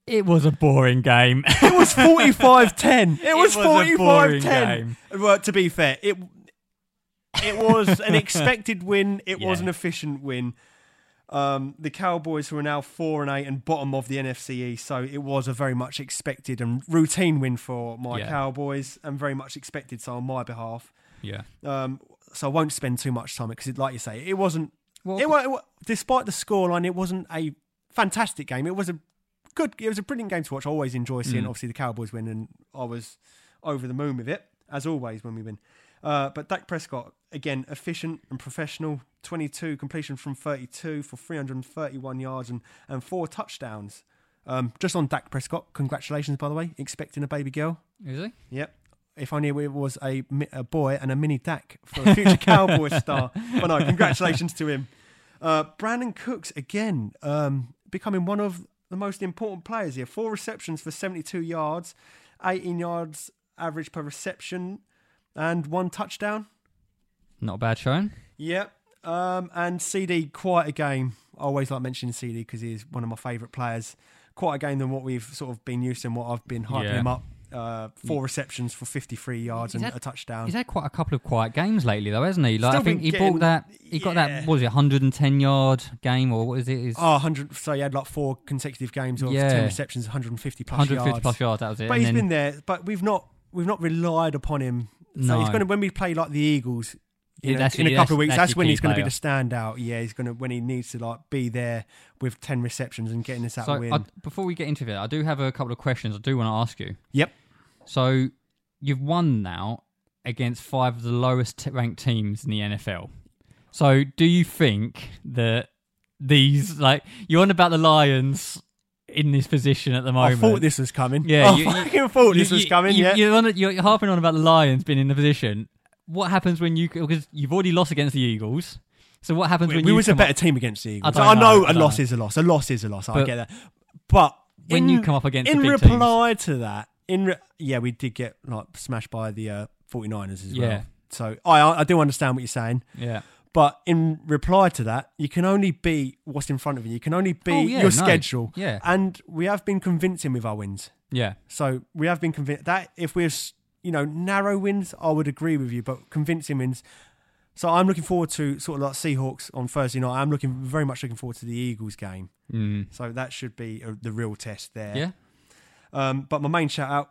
It was a boring game. <laughs>
it was 45-10. It was
was a boring
45-10. Well, to be fair, it it
<laughs>
was an expected win. It was
Yeah.
an efficient win. Um, the Cowboys who are now four and eight and bottom of the NFC East, so it was a very much expected and routine win for my
Yeah.
Cowboys, and very much expected. So on my behalf,
yeah.
um, so I won't spend too much time because, like you say, it wasn't.
Well-
it, wa- it wa- despite the scoreline, it wasn't a fantastic game. It was a good. It was a brilliant game to watch. I always enjoy seeing, obviously, the Cowboys win, and I was over the moon with it as always when we win. Uh, but Dak Prescott again, efficient and professional. Twenty-two completion from thirty-two for three hundred and thirty-one yards and and four touchdowns. Um, just on Dak Prescott, congratulations by the way. Expecting a baby girl.
Is he?
Yep. If only it was a, mi- a boy and a mini Dak for a future Cowboy star. But no, congratulations to him. Uh, Brandon Cooks again um, becoming one of the most important players here. Four receptions for 72 yards, 18 yards average per reception, and one touchdown.
Not a bad showing.
Yep. Um, and CD, quite a game. I always like mentioning CD because he is one of my favourite players. Quite a game than what we've sort of been used to and what I've been hyping
Yeah.
him up. Uh, four receptions for 53 yards
He's
and
had-
a touchdown.
He's had quite a couple of quiet games lately, though, hasn't he? Like
Um, Still
I think
been
he
getting-
bought that. He got
yeah.
that. What is it? 110 yard game, or what is it? Is
Oh, 100. So he had like four consecutive games of
Yeah.
10 receptions, 150 plus
150
yards.
plus yards. That was it.
But
and
he's
then,
been there. But we've not we've not relied upon him. So
No.
he's going to when we play like the Eagles you
Yeah,
know,
that's
in a
your-
couple
that's-
of weeks. That's,
that's your
when
key
he's going to be
player.
the standout. Yeah, he's going to when he needs to like be there with 10 receptions and getting us that
So
win.
I, before we get into it, I do have a couple of questions I do want to ask you.
yep.
So you've won now against five of the lowest t- ranked teams in the NFL. So do you think that these like you're on about the Lions in this position at the
I
moment?
thought this was coming.
Yeah,
<laughs> I
you- you-
fucking thought this
You-
was
you-
coming.
You,
yeah,
you're, on, you're harping on about the Lions being in the position. What happens when you because you've already lost against the Eagles? So what happens when
we
you
was a
come
better
up,
team against the Eagles. I,
don't know,
know,
I
a
don't
loss
know.
is a loss. A loss is a loss. I
But
get that. But
when
in-
you come up against
in
the big teams-
reply to that, in re- yeah, we did get like smashed by the uh, 49ers as well.
Yeah.
So I I do understand what you're saying,
Yeah.
but in reply to that, you can only beat what's in front of you. You can only beat
Oh, yeah,
your
no.
schedule.
Yeah.
and we have been convincing with our wins.
Yeah.
So we have been convinced that if we're, s- you know, narrow wins, I would agree with you, but convincing wins. So I'm looking forward to sort of like Seahawks on Thursday night. I'm looking very much looking forward to the Eagles game.
Mm.
So that should be a, the real test there.
Yeah.
Um, but my main shout out,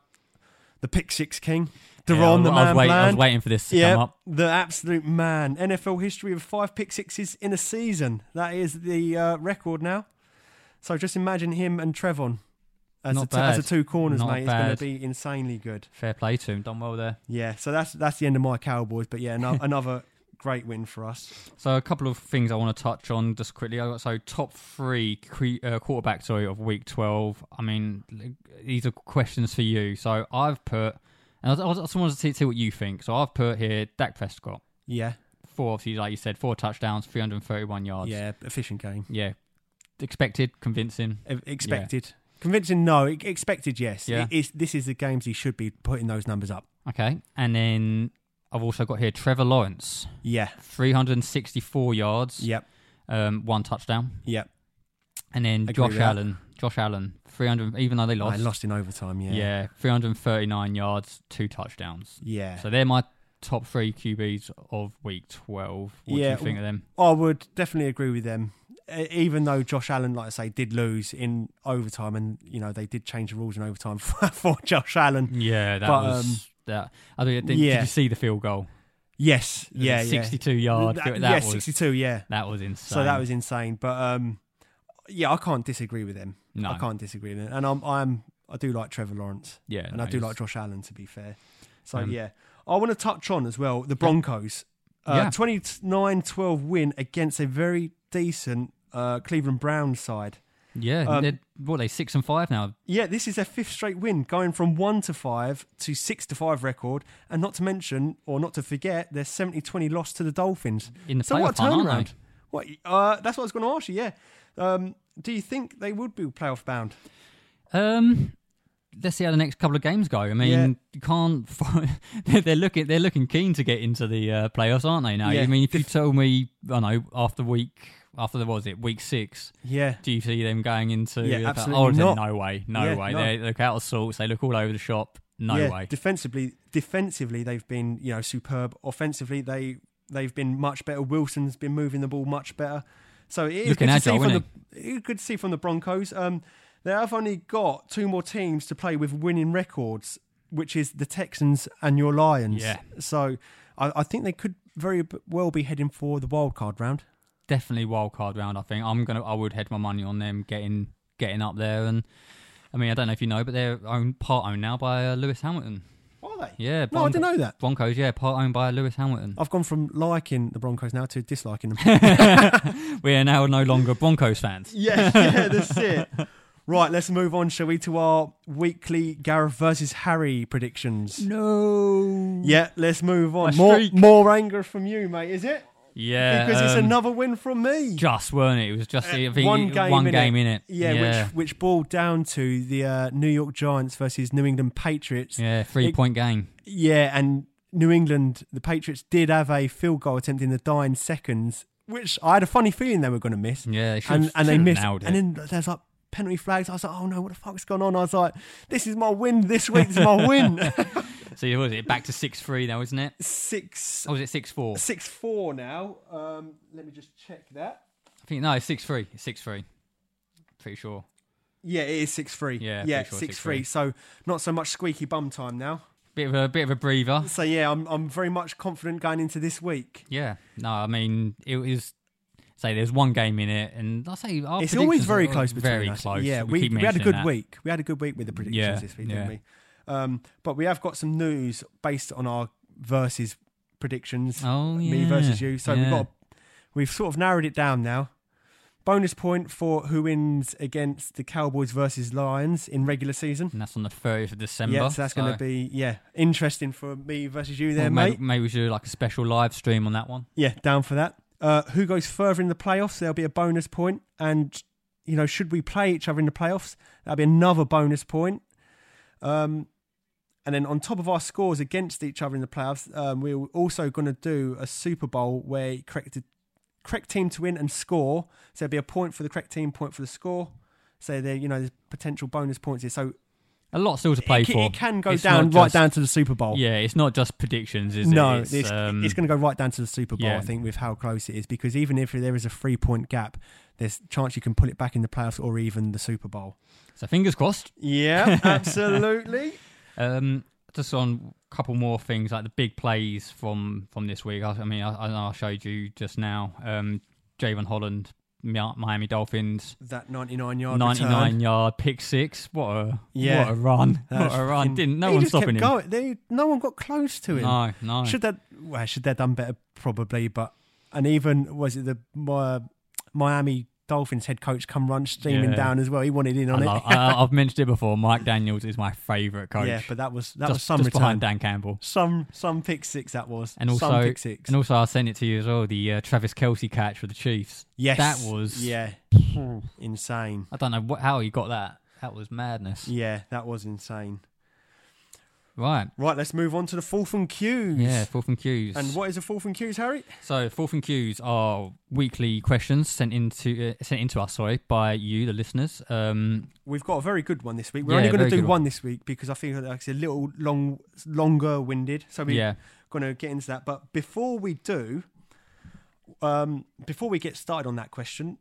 the pick six king,
Yeah,
Deron
I, was-
the
I
man
was wait- I was
Bland.
waiting for this to come
Yeah,
up.
the absolute man. NFL history of five pick sixes in a season. That is the uh, record now. So just imagine him and Trevon as,
Not
the, t- as
bad.
the two corners,
Not
mate. It's going
bad.
to be insanely good.
Fair play to him. Done well there.
Yeah, so that's that's the end of my Cowboys. But
<laughs>
yeah, no, another great win for us.
So a couple of things I want to touch on just quickly. I got so top three cre- uh, quarterbacks sorry, of week twelve. I mean, l- these are questions for you. So I've put, and I, was, I just wanted to see, see what you think. So I've put here Dak Prescott,
Yeah,
four obviously like you said, four touchdowns, three hundred thirty-one yards.
yeah, efficient game.
yeah, expected, convincing.
E- Expected. Convincing, no. E- Expected, yes.
Yeah.
It is, this is the games he should be putting those numbers up.
Okay, and then I've also got here Trevor Lawrence,
Yeah.
three hundred sixty-four yards,
Yep.
um, one touchdown,
Yep.
and then
Agree
Josh
with that.
Allen, Josh Allen, three hundred. Even though they
I
lost,
lost in overtime. Yeah.
Yeah, 339 yards, two touchdowns.
Yeah.
So they're my top three QBs of week 12. What
Yeah.
do you think of them?
I would definitely agree with them. E- Even though Josh Allen, like I say, did lose in overtime, and you know they did change the rules in overtime <laughs> for, for Josh Allen.
Yeah, that
But,
was
um,
that. I think, did,
yeah.
you see the field goal?
Yes.
It was
Yeah.
a
yeah.
62 yard.
That-
field-
yeah.
Oh, That, was,
Sixty-two. Yeah.
that was insane.
So that was insane. But um, yeah, I can't disagree with them.
No.
I can't disagree with them. And I'm, I'm, I do like Trevor Lawrence,
Yeah,
and
no,
I do
he's- Um,
like Josh Allen. To be fair, So yeah, I want to touch on as well the Broncos.
Yeah.
Uh, 29-12 win against a very decent uh, Cleveland Browns side.
Yeah,
Um,
they're, what are they six and five now?
Yeah, this is their fifth straight win, going from one to five to six to five record, and not to mention, or not to forget, their 70-20 loss to the Dolphins.
In the
so what a
playoff hunt, aren't
turnaround! What? Uh, that's what I was going to ask you. Yeah. Um, do you think they would be playoff bound?
Um, let's see how the next couple of games go. I mean,
Yeah.
you can't. fi- <laughs> they're they're looking. They're looking keen to get into the uh, playoffs, aren't they? Now,
Yeah.
I mean, if you tell me, I know after week after the what was it week six.
Yeah.
Do you see them going into?
Yeah,
the-
absolutely
I would've said
not.
No way, no
Yeah,
way.
no.
They look out of sorts. They look all over the shop. No
yeah,
way.
Defensively, defensively, they've been you know superb. Offensively, they they've been much better. Wilson's been moving the ball much better. So it is
Looking
good
agile,
to see from
isn't
the it's good to see from the Broncos. Um, they have only got two more teams to play with winning records, which is the Texans and your Lions.
Yeah.
So I, I think they could very b- well be heading for the wild card round.
Definitely wild card round. I think I'm gonna. I would head my money on them getting getting up there. And I mean, I don't know if you know, but they're owned part owned now by uh, Lewis Hamilton.
Are they?
Yeah.
No, I
Bron-
didn't know that.
Broncos. Yeah, part owned by Lewis Hamilton.
I've gone from liking the Broncos now to disliking them.
We are now no longer Broncos
<laughs>
fans.
yeah, yeah, that's it. Right, let's move on, shall we, to our weekly Gareth versus Harry predictions.
No.
Yeah, let's move on.
My
More,
streak.
more anger from you, mate, is it?
Yeah.
Because it's
um,
another win from me.
Just weren't it? It was just I think,
Uh, one game, in, it.
it.
Yeah,
yeah.
which which boiled down to the uh, New York Giants versus New England Patriots.
yeah, three
it-
point game.
Yeah, and New England, the Patriots did have a field goal attempt in the dying seconds, which I had a funny feeling they were going to miss.
Yeah, they should,
and, and they missed.
Nailed it.
And then there's like penalty flags. I was like, oh no, what the fuck's going on? I was like, this is my win this week. This is my
<laughs>
win.
so yeah, what was it back to six three now, isn't it?
six
Or was it six four?
six four now. Um, let me just check that.
I think no, it's six three. It's six three. Pretty sure.
Yeah, it is six three.
Yeah,
yeah,
pretty sure
six
6-3.
three. So not so much squeaky bum time now.
Bit of a bit of a breather.
So yeah, I'm I'm very much confident going into this week.
Yeah. No, I mean it was. Say there's one game in it, and I say our
It's
predictions
always very
are
close between
very
us.
close.
Yeah,
we,
we,
keep
we had a
mentioning
good
that.
week. We had a good week with the predictions
Yeah,
this week,
yeah.
didn't we? Um, but we have got some news based on our versus predictions.
Oh yeah,
me versus you. So we've
Yeah.
got we've sort of narrowed it down now. Bonus point for who wins against the Cowboys versus Lions in regular season.
and that's on the 30th of December.
Yeah, so that's going
so-
to be yeah interesting for me versus you there,
Oh. Well,
mate.
Maybe, maybe we should do like a special live stream on that one.
Yeah, down for that. Uh, who goes further in the playoffs? There'll be a bonus point, and you know, should we play each other in the playoffs? That'll be another bonus point. Um, and then on top of our scores against each other in the playoffs, um, we're also going to do a Super Bowl where correct correct team to win and score. So there'll be a point for the correct team, point for the score. So there, you know, there's potential bonus points here. So
A lot still to play
it, ca-
for.
it can go
It's
down
not
right
just-
down to the Super Bowl.
Yeah, it's not just predictions, is it?
No,
um,
it's, it's, going to go right down to the Super Bowl,
yeah.
I think, with how close it is. Because even if there is a three point gap, there's chance you can pull it back in the playoffs or even the Super Bowl.
So fingers crossed.
<laughs> Yeah, absolutely.
Um, just on a couple more things, like the big plays from from this week. I, I mean, I, I know I showed you just now. Um, Javon Holland, Mi- Miami Dolphins,
that 99 yard
99
return.
yard pick six. What a
Yeah.
what a run!
That was
what a run!
fucking-
Didn't no
he
one
just
stopping
kept
him.
Going. They, no one got close to him.
No, no.
Should that well, should they have done better? Probably, but and even was it the uh, Miami Dolphins head coach come run steaming
Yeah.
down as well? He wanted in
I
on
love,
it.
I, I've mentioned it before. Mike Daniels is my favourite coach.
<laughs> Yeah, but that was that
just,
was some
just
return.
behind Dan Campbell.
Some some pick six that was.
And also,
some pick six.
and also, I sent it to you as well. The uh, Travis Kelsey catch for the Chiefs.
Yes,
that was. <sighs>
yeah, insane.
I don't know what, how you got that. That was madness.
Yeah, that was insane.
Right.
Right, let's move on to the fourth and cues.
Yeah. Fourth and cues.
And what is a fourth and cues, Harry?
So fourth and cues are weekly questions sent into uh, sent into us. Sorry, by you, the listeners. Um,
We've got a very good one this week. We're
Yeah,
only going
very
to do
good
one.
one.
this week because I think that it's a little long, longer winded. So we're
Yeah.
going to get into that. But before we do, um, before we get started on that question,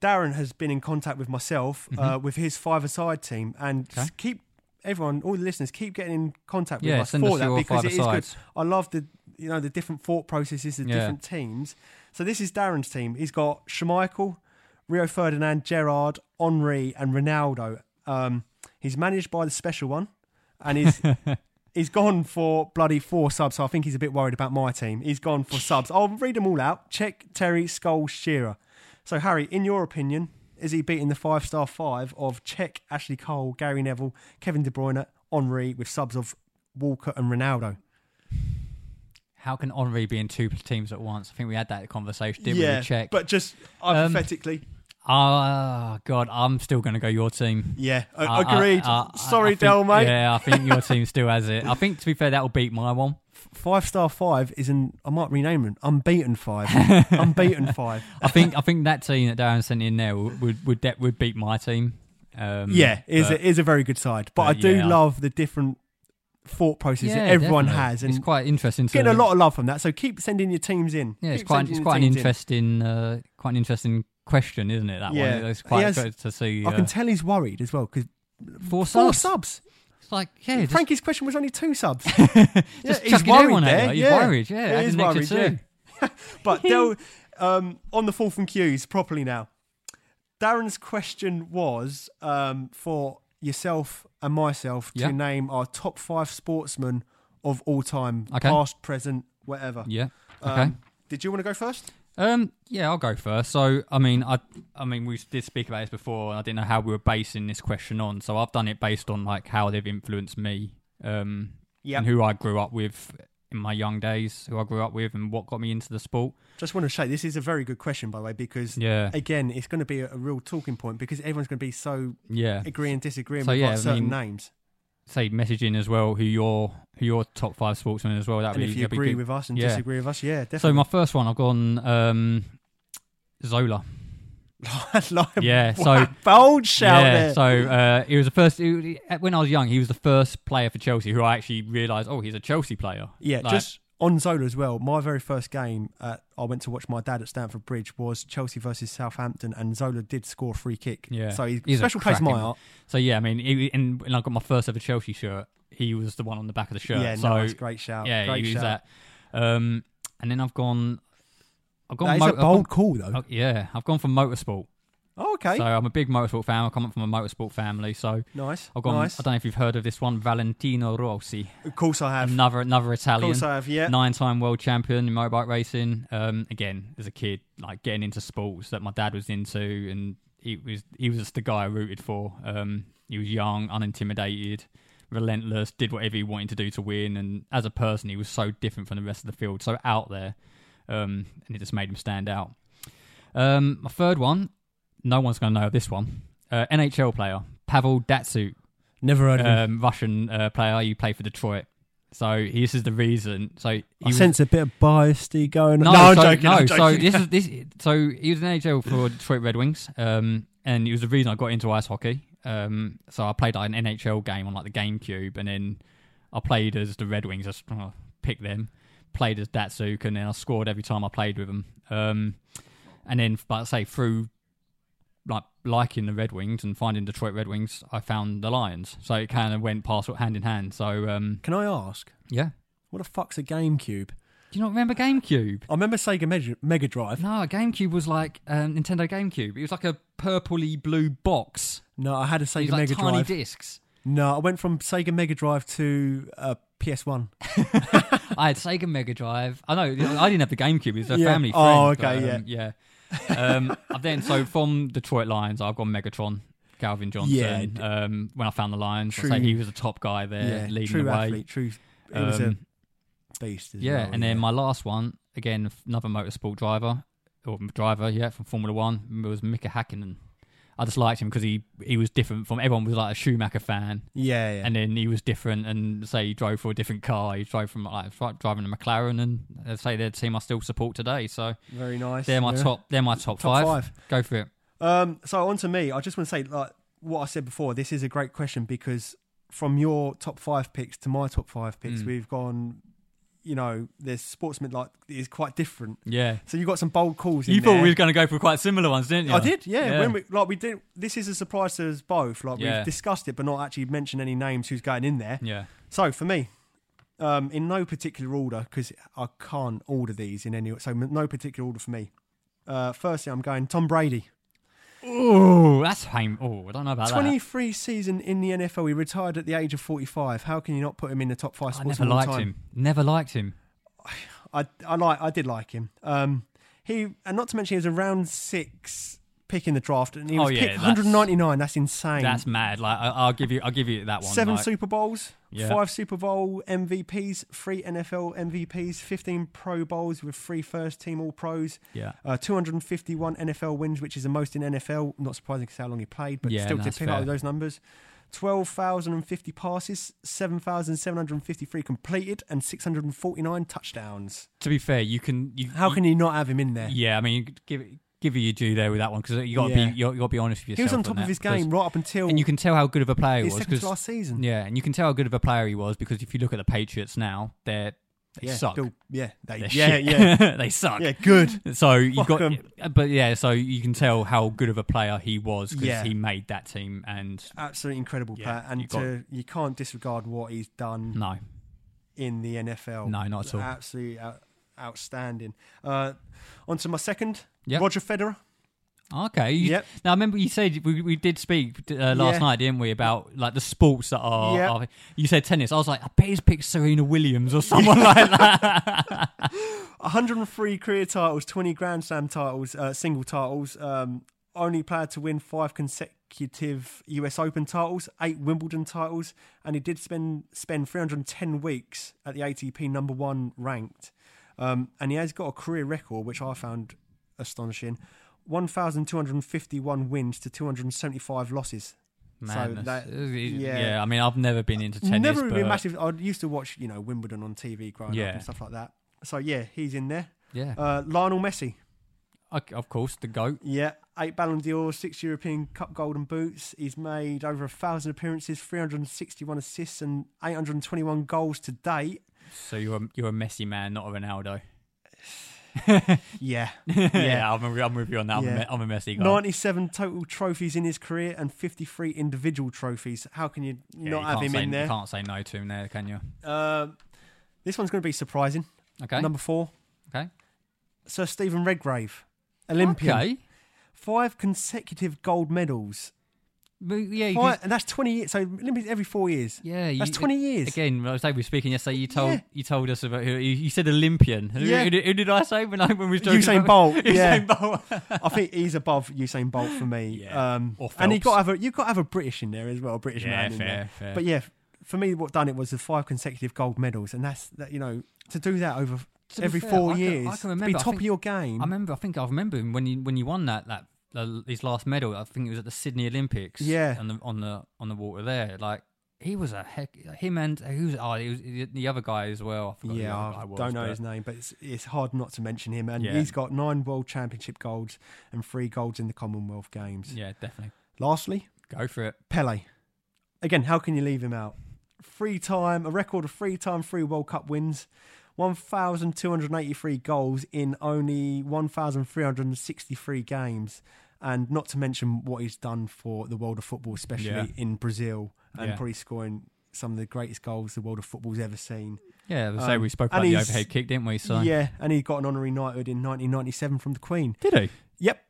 Darren has been in contact with myself uh,
Mm-hmm.
with his five-a-side team, and s- keep everyone, all the listeners, keep getting in contact with
Yeah,
us
send
for
us
that
your
because it is good.
five-a-sides.
I love the you know the different thought processes of
Yeah.
different teams. So this is Darren's team. He's got Schmeichel, Rio Ferdinand, Gerard, Henri, and Ronaldo. Um, he's managed by the special one, and he's He's gone for bloody four subs, so I think he's a bit worried about my team. He's gone for subs. I'll read them all out. Check Terry Skull Shearer. So, Harry, in your opinion, is he beating the five star five of Check, Ashley Cole, Gary Neville, Kevin De Bruyne, Henri, with subs of Walker and Ronaldo?
How can Henri be in two teams at once? I think we had that conversation, didn't Um, we? with Czech?
but just hypothetically,
Ah, God, I'm still going to go your team.
yeah, a-
I- I-
agreed.
I- I- I
Sorry,
think-
Del, mate.
Yeah, I think your team still has it. I think, to be fair, that will beat my one.
Five star five is an, I might rename it,
<laughs>
unbeaten five. unbeaten five.
I think I think that team that Darren sent in there would would would, de- would beat my team. Um,
Yeah, it is,
but-
a, it is a very good side. But, I
but
do
yeah.
love the different thought processes
yeah,
that everyone
definitely.
has. And
it's quite interesting. To,
getting a lot of love from that. So keep sending your teams in.
Yeah, it's
Keep
quite
sending
it's
your
quite an
teams in.
interesting uh, quite an interesting question, isn't it? That
Yeah.
one. It's
He
quite
has-
good to see.
I
Uh,
can tell he's worried as well because
four subs.
four subs.
It's like yeah, just,
Frankie's question was only two
<laughs>
subs.
just
he's
chucking
worried
everyone
there,
out. He's
yeah.
worried. Yeah,
He
add
is
an extra
worried,
two.
<laughs>
<laughs>
but Del, um, on the fourth and cues properly now. Darren's question was um, for yourself and myself
Yeah.
to name our top five sportsmen of all time,
Okay.
past, present, whatever.
Yeah.
Um,
Okay.
Did you want to go first?
Um, yeah, I'll go first. So, I mean, I, I mean, we did speak about this before, and I didn't know how we were basing this question on. So, I've done it based on like how they've influenced me, um,
Yep.
and who I grew up with in my young days, who I grew up with, and what got me into the sport.
Just want to say this is a very good question, by the way, because
Yeah.
again, it's going to be a, a real talking point because everyone's going to be so
Yeah,
agreeing, disagreeing
So,
with
yeah,
like,
I
certain
mean,
names.
say messaging as well. Who your who your top five sportsmen as well. That
And
be
if you
that'd be
agree
good.
with us and
Yeah.
disagree with us, yeah, definitely. <laughs>
So, my first one, I've gone um,
<laughs>
Zola.
like,
Yeah, so-
wow, <laughs> bold shout
yeah,
there.
So uh, he was the first. he- he- when I was young, he was the first player for Chelsea who I actually realised. Oh, he's a Chelsea player.
yeah,
Like,
just on Zola as well. My very first game uh, I went to watch my dad at Stamford Bridge was Chelsea versus Southampton, and Zola did score a free kick.
Yeah.
so he's,
He's a
special place in my
cracking-
heart.
So yeah, I mean, he, and when I got my first ever Chelsea shirt, he was the one on the back of the shirt.
Yeah,
so
nice, great shout.
yeah,
great
he was
shout.
that. Um, and then I've gone. I've gone.
That is
mo-
a
I've
bold
gone-
call though.
oh, yeah, I've gone for motorsport.
Oh, okay,
So I'm a big motorsport fan. I come up from a motorsport family. So
nice,
I've gone.
nice.
I don't know if you've heard of this one, Valentino Rossi,
Of course I have.
another another
of
Italian.
course I have. Yeah,
nine-time world champion in motorbike racing. Um, again, as a kid, like getting into sports that my dad was into, and he was he was just the guy I rooted for. Um, he was young, unintimidated, relentless, did whatever he wanted to do to win, and as a person, he was so different from the rest of the field, so out there, um, and it just made him stand out. Um, my third one, no one's going to know this one. Uh, NHL player Pavel Datsuk
never heard
um, Russian uh, player. You play for Detroit, so he- this is the reason. So he
I sense a bit of biasty going.
no,
on. I'm
so,
joking.
No,
I'm
so
joking.
this is this. So he was in NHL for Detroit Red Wings, um, and it was the reason I got into ice hockey. Um, so I played like an NHL game on like the GameCube, and then I played as the Red Wings. I just uh, picked them, played as Datsuk, and then I scored every time I played with them. Um, and then, like I say, through like liking the Red Wings and finding Detroit Red Wings, I found the Lions. So it kind of went past hand in hand. So um,
<laughs> Can I ask
yeah,
what the fuck's a GameCube?
do you not remember GameCube?
I remember Sega Mega, Mega Drive.
No, GameCube was like um, Nintendo GameCube. It was like a purpley blue box.
No, I had a Sega
It was like
Mega
tiny
Drive.
discs.
No, I went from Sega Mega Drive to uh, PS1.
I had Sega Mega Drive. I know I didn't have the GameCube. It was a
Yeah.
family friend.
Oh,
but,
okay,
um, yeah. Um, <laughs> I've then so from Detroit Lions, I've got Megatron, Calvin Johnson. Um, when I found the Lions, I'd
True-
say he was the top guy there, leading
true
the way.
athlete, true. It was a
Um,
beast. As
Yeah,
well,
and then my last one again, f- another motorsport driver or driver, yeah, from Formula One was Mika Hakkinen. I just liked him because he he was different from everyone. Was like a Schumacher fan,
yeah, yeah.
and then he was different. And say he drove for a different car. He drove from like fri- driving a McLaren, and I'd say they're the team I still support today. So
very nice.
they're my
yeah.
top. They're my top,
Top
five.
five.
Go for it.
Um, so on to me. I just want to say, like what I said before, this is a great question because from your top five picks to my top five picks,
Mm.
we've gone. You know, there's sportsman like is quite different.
Yeah,
So you got some bold calls. In
you thought
there.
we were going to go for quite similar ones, didn't you?
I did, yeah.
Yeah.
When we like we did, this is a surprise to us both. Like
Yeah.
we've discussed it, but not actually mentioned any names who's going in there.
Yeah,
So for me, um, in no particular order, because I can't order these in any. So no particular order for me. Uh, firstly, I'm going Tom Brady.
Oh, that's painful. Oh, I don't know about that.
23 season in the NFL. He retired at the age of 45. How can you not put him in the top five
I
sports
never
all
liked
time?
him. Never liked him.
I, I like I did like him. Um, he and not to mention he was a round six pick in the draft, and he
Oh,
was
yeah,
picked
that's-
199. That's insane.
That's mad. Like I, I'll give you, I'll give you that one.
Seven
like,
Super Bowls,
Yeah.
five Super Bowl MVPs, three NFL MVPs, 15 Pro Bowls with three first team All Pros,
Yeah.
uh, 251 NFL wins, which is the most in NFL. Not surprising because how long he played, but
Yeah,
still
no,
did
that's
pick up
fair.
those numbers. 12,050 passes, 7,753 completed, and 649 touchdowns.
To be fair, you can. You,
How can you not have him in there?
Yeah, I mean, give give you your due there with that one because you got to
Yeah.
be you got to be honest with yourself.
He was on
on
top
that,
of his
because-
game right up until
and you can tell how good of a player he
his
was.
second to
'cause-
last season.
yeah, and you can tell how good of a player he was because if you look at the Patriots now, they're they
yeah,
suck.
still- yeah, they-
They're
yeah,
shit. <laughs>
yeah,
they suck.
yeah, good.
So you
Fuck
got,
'em.
but yeah, so you can tell how good of a player he was because
Yeah.
he made that team, and
absolutely incredible,
Yeah,
Pat. And
you
you,
got-
to, you can't disregard what he's done
no,
in the NFL.
No, not at all.
Absolutely out, outstanding. Uh, on to my second,
Yep.
Roger Federer.
Okay. You,
Yep.
Now I remember you said we, we did speak uh, last
Yeah.
night, didn't we, about like the sports that are,
Yep.
are- You said tennis. I was like, I bet he's picked Serena Williams or someone <laughs> like that.
103 career titles, 20 Grand Slam titles, uh, single titles. Um, only player to win five consecutive US Open titles, eight Wimbledon titles, and he did spend spend 310 weeks at the ATP number one ranked. Um, and he has got a career record, which I found astonishing 1,251 wins to 275 losses.
Madness.
that-
yeah.
yeah.
I mean, I've never been into tennis.
Never
but,
been massive. I used to watch, you know, Wimbledon on TV growing
Yeah.
up and stuff like that. So, yeah, he's in there.
Yeah.
Uh, Lionel Messi.
Okay, of course, the goat.
Yeah, eight Ballon d'Ors, six European Cup Golden Boots. He's made over a thousand appearances, 361 assists, and 821 goals to date.
So you're a, you're a Messi man, not a Ronaldo.
<laughs> Yeah,
Yeah, <laughs> I'm, a, I'm with you on that. I'm, a,
Yeah.
me- I'm a Messi guy.
97 total trophies in his career and 53 individual trophies. How can you
Yeah,
not
you
have
can't
him
say,
in
You
there?
can't say no to him there, can you?
Um, this one's going to be surprising.
Okay.
Number four,
okay.
Sir Stephen Redgrave, Olympian,
Okay.
five consecutive gold medals.
But, yeah. you
Five, and that's 20 years. So Olympics every four years.
Yeah,
that's 20 years.
Again, I was able to speaking yesterday. You told
Yeah.
you told us about who you, you said Olympian. Who,
Yeah.
who, did- who did I say when I when we was joking?
Usain
about- <laughs>
Bolt,
Usain
yeah.
Bolt.
I think he's above Usain Bolt for me.
Yeah.
Um,
Or
and you
Phelps.
got to have a, you've got to have a British in there as well, a British
Yeah,
man in
fair,
there.
fair.
But yeah, f- for me, what done it was the five consecutive gold medals, and that's that. You know, to do that over
To be
every
fair,
four
I can- I
years,
can
to
remember,
be
I
top
think-
of your game.
I remember. I think I remember him when you when you won that that uh, his last medal. I think it was at the Sydney Olympics.
Yeah.
on the on the on the water there, like. He was a heck. Him and who's oh, he was the other guy as well. I forgot who the
yeah,
other
I
guy was,
don't know
but-
his name, but it's, it's hard not to mention him. And
Yeah.
he's got nine World Championship golds and three golds in the Commonwealth Games.
Yeah, definitely
Lastly,
go for it.
Pele. Again, how can you leave him out? Three time, a record of three time three World Cup wins, 1,283 goals in only 1,363 games, and not to mention what he's done for the world of football, especially
Yeah.
in Brazil, and
Yeah.
probably scoring some of the greatest goals the world of football's ever seen.
Yeah, so
Um,
we spoke
and
about the
he's-
overhead kick, didn't we? So
Yeah, and he got an honorary knighthood in 1997 from the Queen.
did he?
Yep.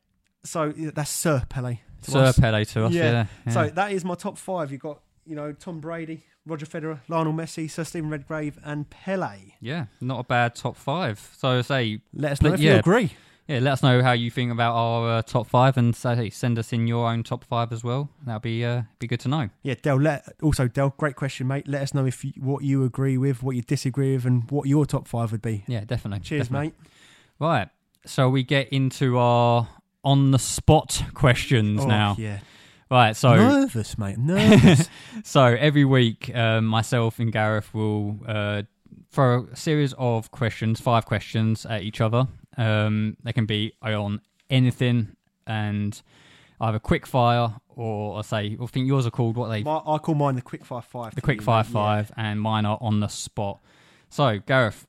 So yeah, that's Sir Pele. to
Sir
us.
Pele to us. Yeah. yeah.
So that is my top five. You've got, you know, Tom Brady, Roger Federer, Lionel Messi, Sir Stephen Redgrave, and Pele.
Yeah, not a bad top five. So say,
Let us
But
know if you
yeah.
agree.
yeah, let us know how you think about our uh, top five, and say, hey, send us in your own top five as well. That'll be uh, be good to know.
Yeah, Del. Let, also, Del, great question, mate. Let us know if you, what you agree with, what you disagree with, and what your top five would be.
Yeah, definitely.
Cheers,
definitely.
mate.
Right, so we get into our on the spot questions
Oh,
now.
yeah.
Right, so
nervous,
<laughs>
mate. Nervous.
so every week, um, myself and Gareth will uh, throw a series of questions, five questions at each other. Um, they can be on anything, and either quick fire or I say, I think yours are called what they
My, I call mine the quickfire five.
the
to you,
quick fire
mate.
five, and mine are on the spot. So Gareth,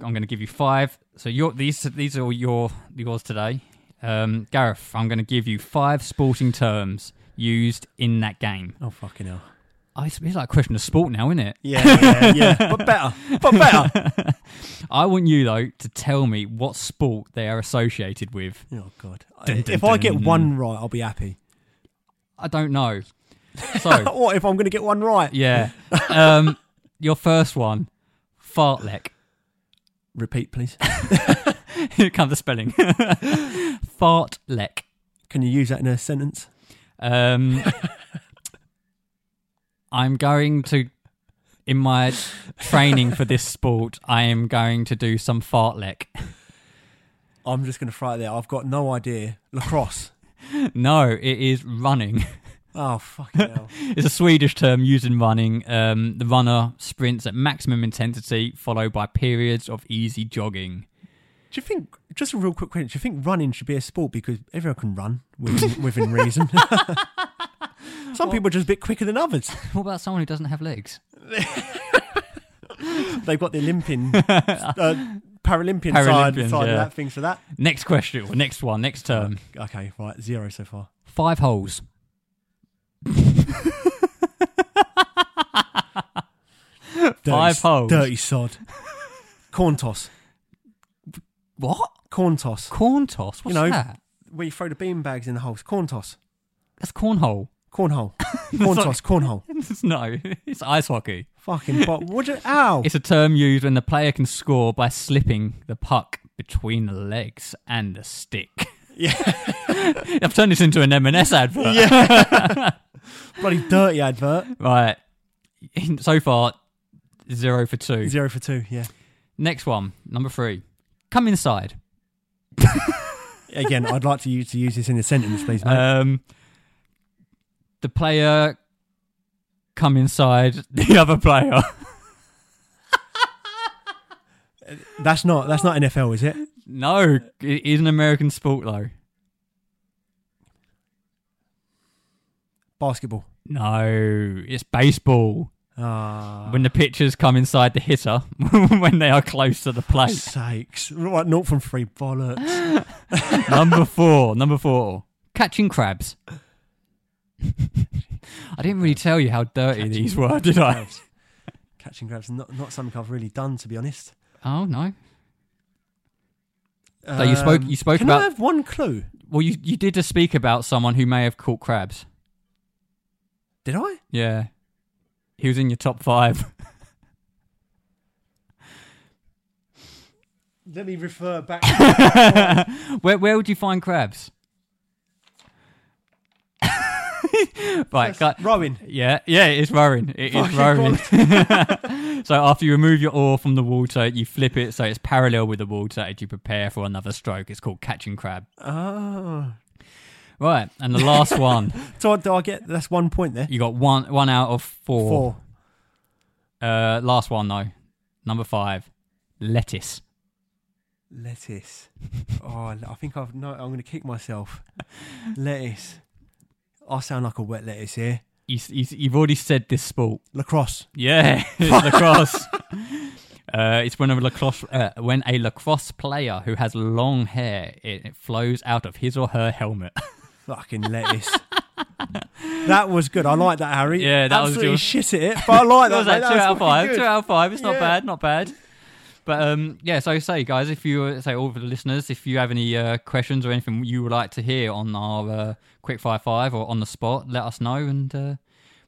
I'm going to give you five. So your these these are all your yours today. Um, Gareth, I'm going to give you five sporting terms used in that game.
Yeah. Oh fucking hell!
Oh, it's, it's like a question of sport now, isn't it?
Yeah, yeah, yeah. <laughs> but better, but better.
I want you though to tell me what sport they are associated with.
Oh God!
Dun, dun,
if I get
dun.
one right, I'll be happy.
I don't know. So
<laughs> What if I'm going to get one right?
yeah, um, your first one, fartlek. <laughs>
Repeat, please.
Here comes the spelling. <laughs> fartlek.
Can you use that in a sentence?
Um, I'm going to, in my training for this sport, I am going to do some fartlek. <laughs>
I'm just going to throw it there. I've got no idea. Lacrosse.
No, it is running.
Oh fucking <laughs> hell!
It's a Swedish term used in running. Um, the runner sprints at maximum intensity, followed by periods of easy jogging.
Do you think? Just a real quick question. Do you think running should be a sport because everyone can run <laughs> within, within reason? Some people are just a bit quicker than others.
What about someone who doesn't have legs?
They've got the <laughs> Olympian, uh, Paralympian side,
Paralympians,
side
yeah.
of that things for that.
Next question, or next one, next term.
Okay, right, zero so far.
Five holes.
Dirty,
Five
s-
holes.
Dirty <laughs> sod. Corn toss.
What?
Corn toss.
Corn toss? What's
You know-
that?
Where you throw the beanbags in the holes. Corn toss.
That's cornhole.
<laughs> Cornhole. Corn toss. Cornhole.
<laughs> no, it's ice hockey.
Fucking bot. What you. Ow.
It's a term used when the player can score by slipping the puck between the legs and the <laughs> stick.
yeah.
I've turned this into an M&S advert.
<laughs> Bloody dirty advert.
Right. So far, zero for two.
Zero for two. Yeah.
Next one, number three. Come inside.
Again, I'd like to use, to use this in a sentence, please, mate.
Um, the player come inside <laughs> the other player.
that's not that's not NFL, is it?
no, it is an American sport though.
Basketball.
No, it's baseball.
Ah.
When the pitchers come inside the hitter <laughs> when they are close to the
<laughs>
plate.
Sakes. Right, not from free
<laughs>
bollocks.
number four. Number four. Catching crabs. <laughs> I didn't really tell you how dirty
Catching
these were, did I?
grabs. Catching grabs not not something I've really done to be honest.
Oh no. you spoke- you spoke
Um, can
about-
I have one clue?
Well, you you did just speak about someone who may have caught crabs.
Did I?
Yeah, he was in your top five. <laughs>
Let me
<laughs>
refer back.
where where would you find crabs? <laughs> right, cut.
Rowan.
Yeah, yeah, it's rowing. It is
Fucking
rowing. <laughs> so after you remove your oar from the water, you flip it so it's parallel with the water as you prepare for another stroke. It's called catching crab.
Oh.
Right, and the last one.
So I- do I get that's one point there?
You got one one out of
Four.
Uh, last one though, number five, lettuce.
Lettuce. oh, I think I've no. I'm going to
<laughs>
kick myself. lettuce. I sound like a wet lettuce here.
You, s- you, s- you've already said this sport.
Lacrosse.
Yeah, <laughs> it's
<laughs>
lacrosse. Uh, it's when a lacrosse uh, when a lacrosse player who has long hair it, it flows out of his or her helmet. <laughs>
Fucking lettuce. that was good. I like that, Harry.
Yeah, that was
Absolutely
good.
shit at it, but
<laughs>
I like
What
that.
was that?
mate.
two out of
fucking
five.
good.
Two out of five. It's not
Yeah.
bad. Not bad. But um, yeah, so say guys, if you uh, say all for the listeners, if you have any uh, questions or anything you would like to hear on our uh, quick fire five or on the spot, let us know and uh,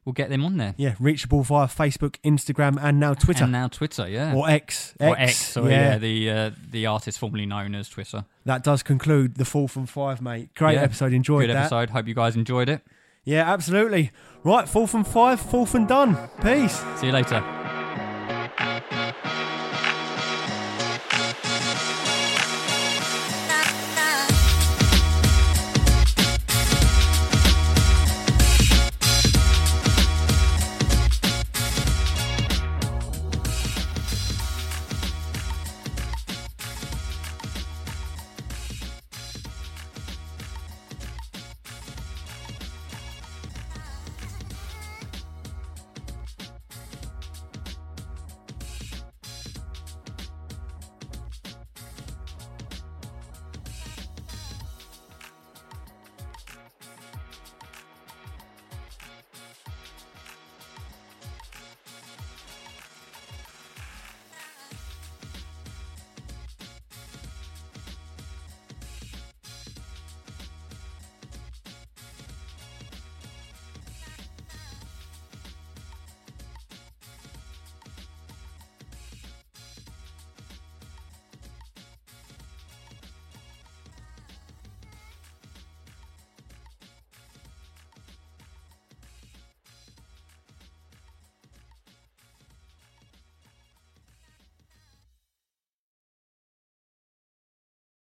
we'll get them on there.
Yeah, reachable via Facebook, Instagram, and now Twitter
And now Twitter, yeah,
or X.
Or X, sorry, yeah. the uh, the artist formerly known as Twitter.
That does conclude the four from five, mate. Great
Yeah.
episode. Enjoyed
Good
that.
episode. Hope you guys enjoyed it.
Yeah, absolutely. Right, four from five, four from done. Peace.
See you later.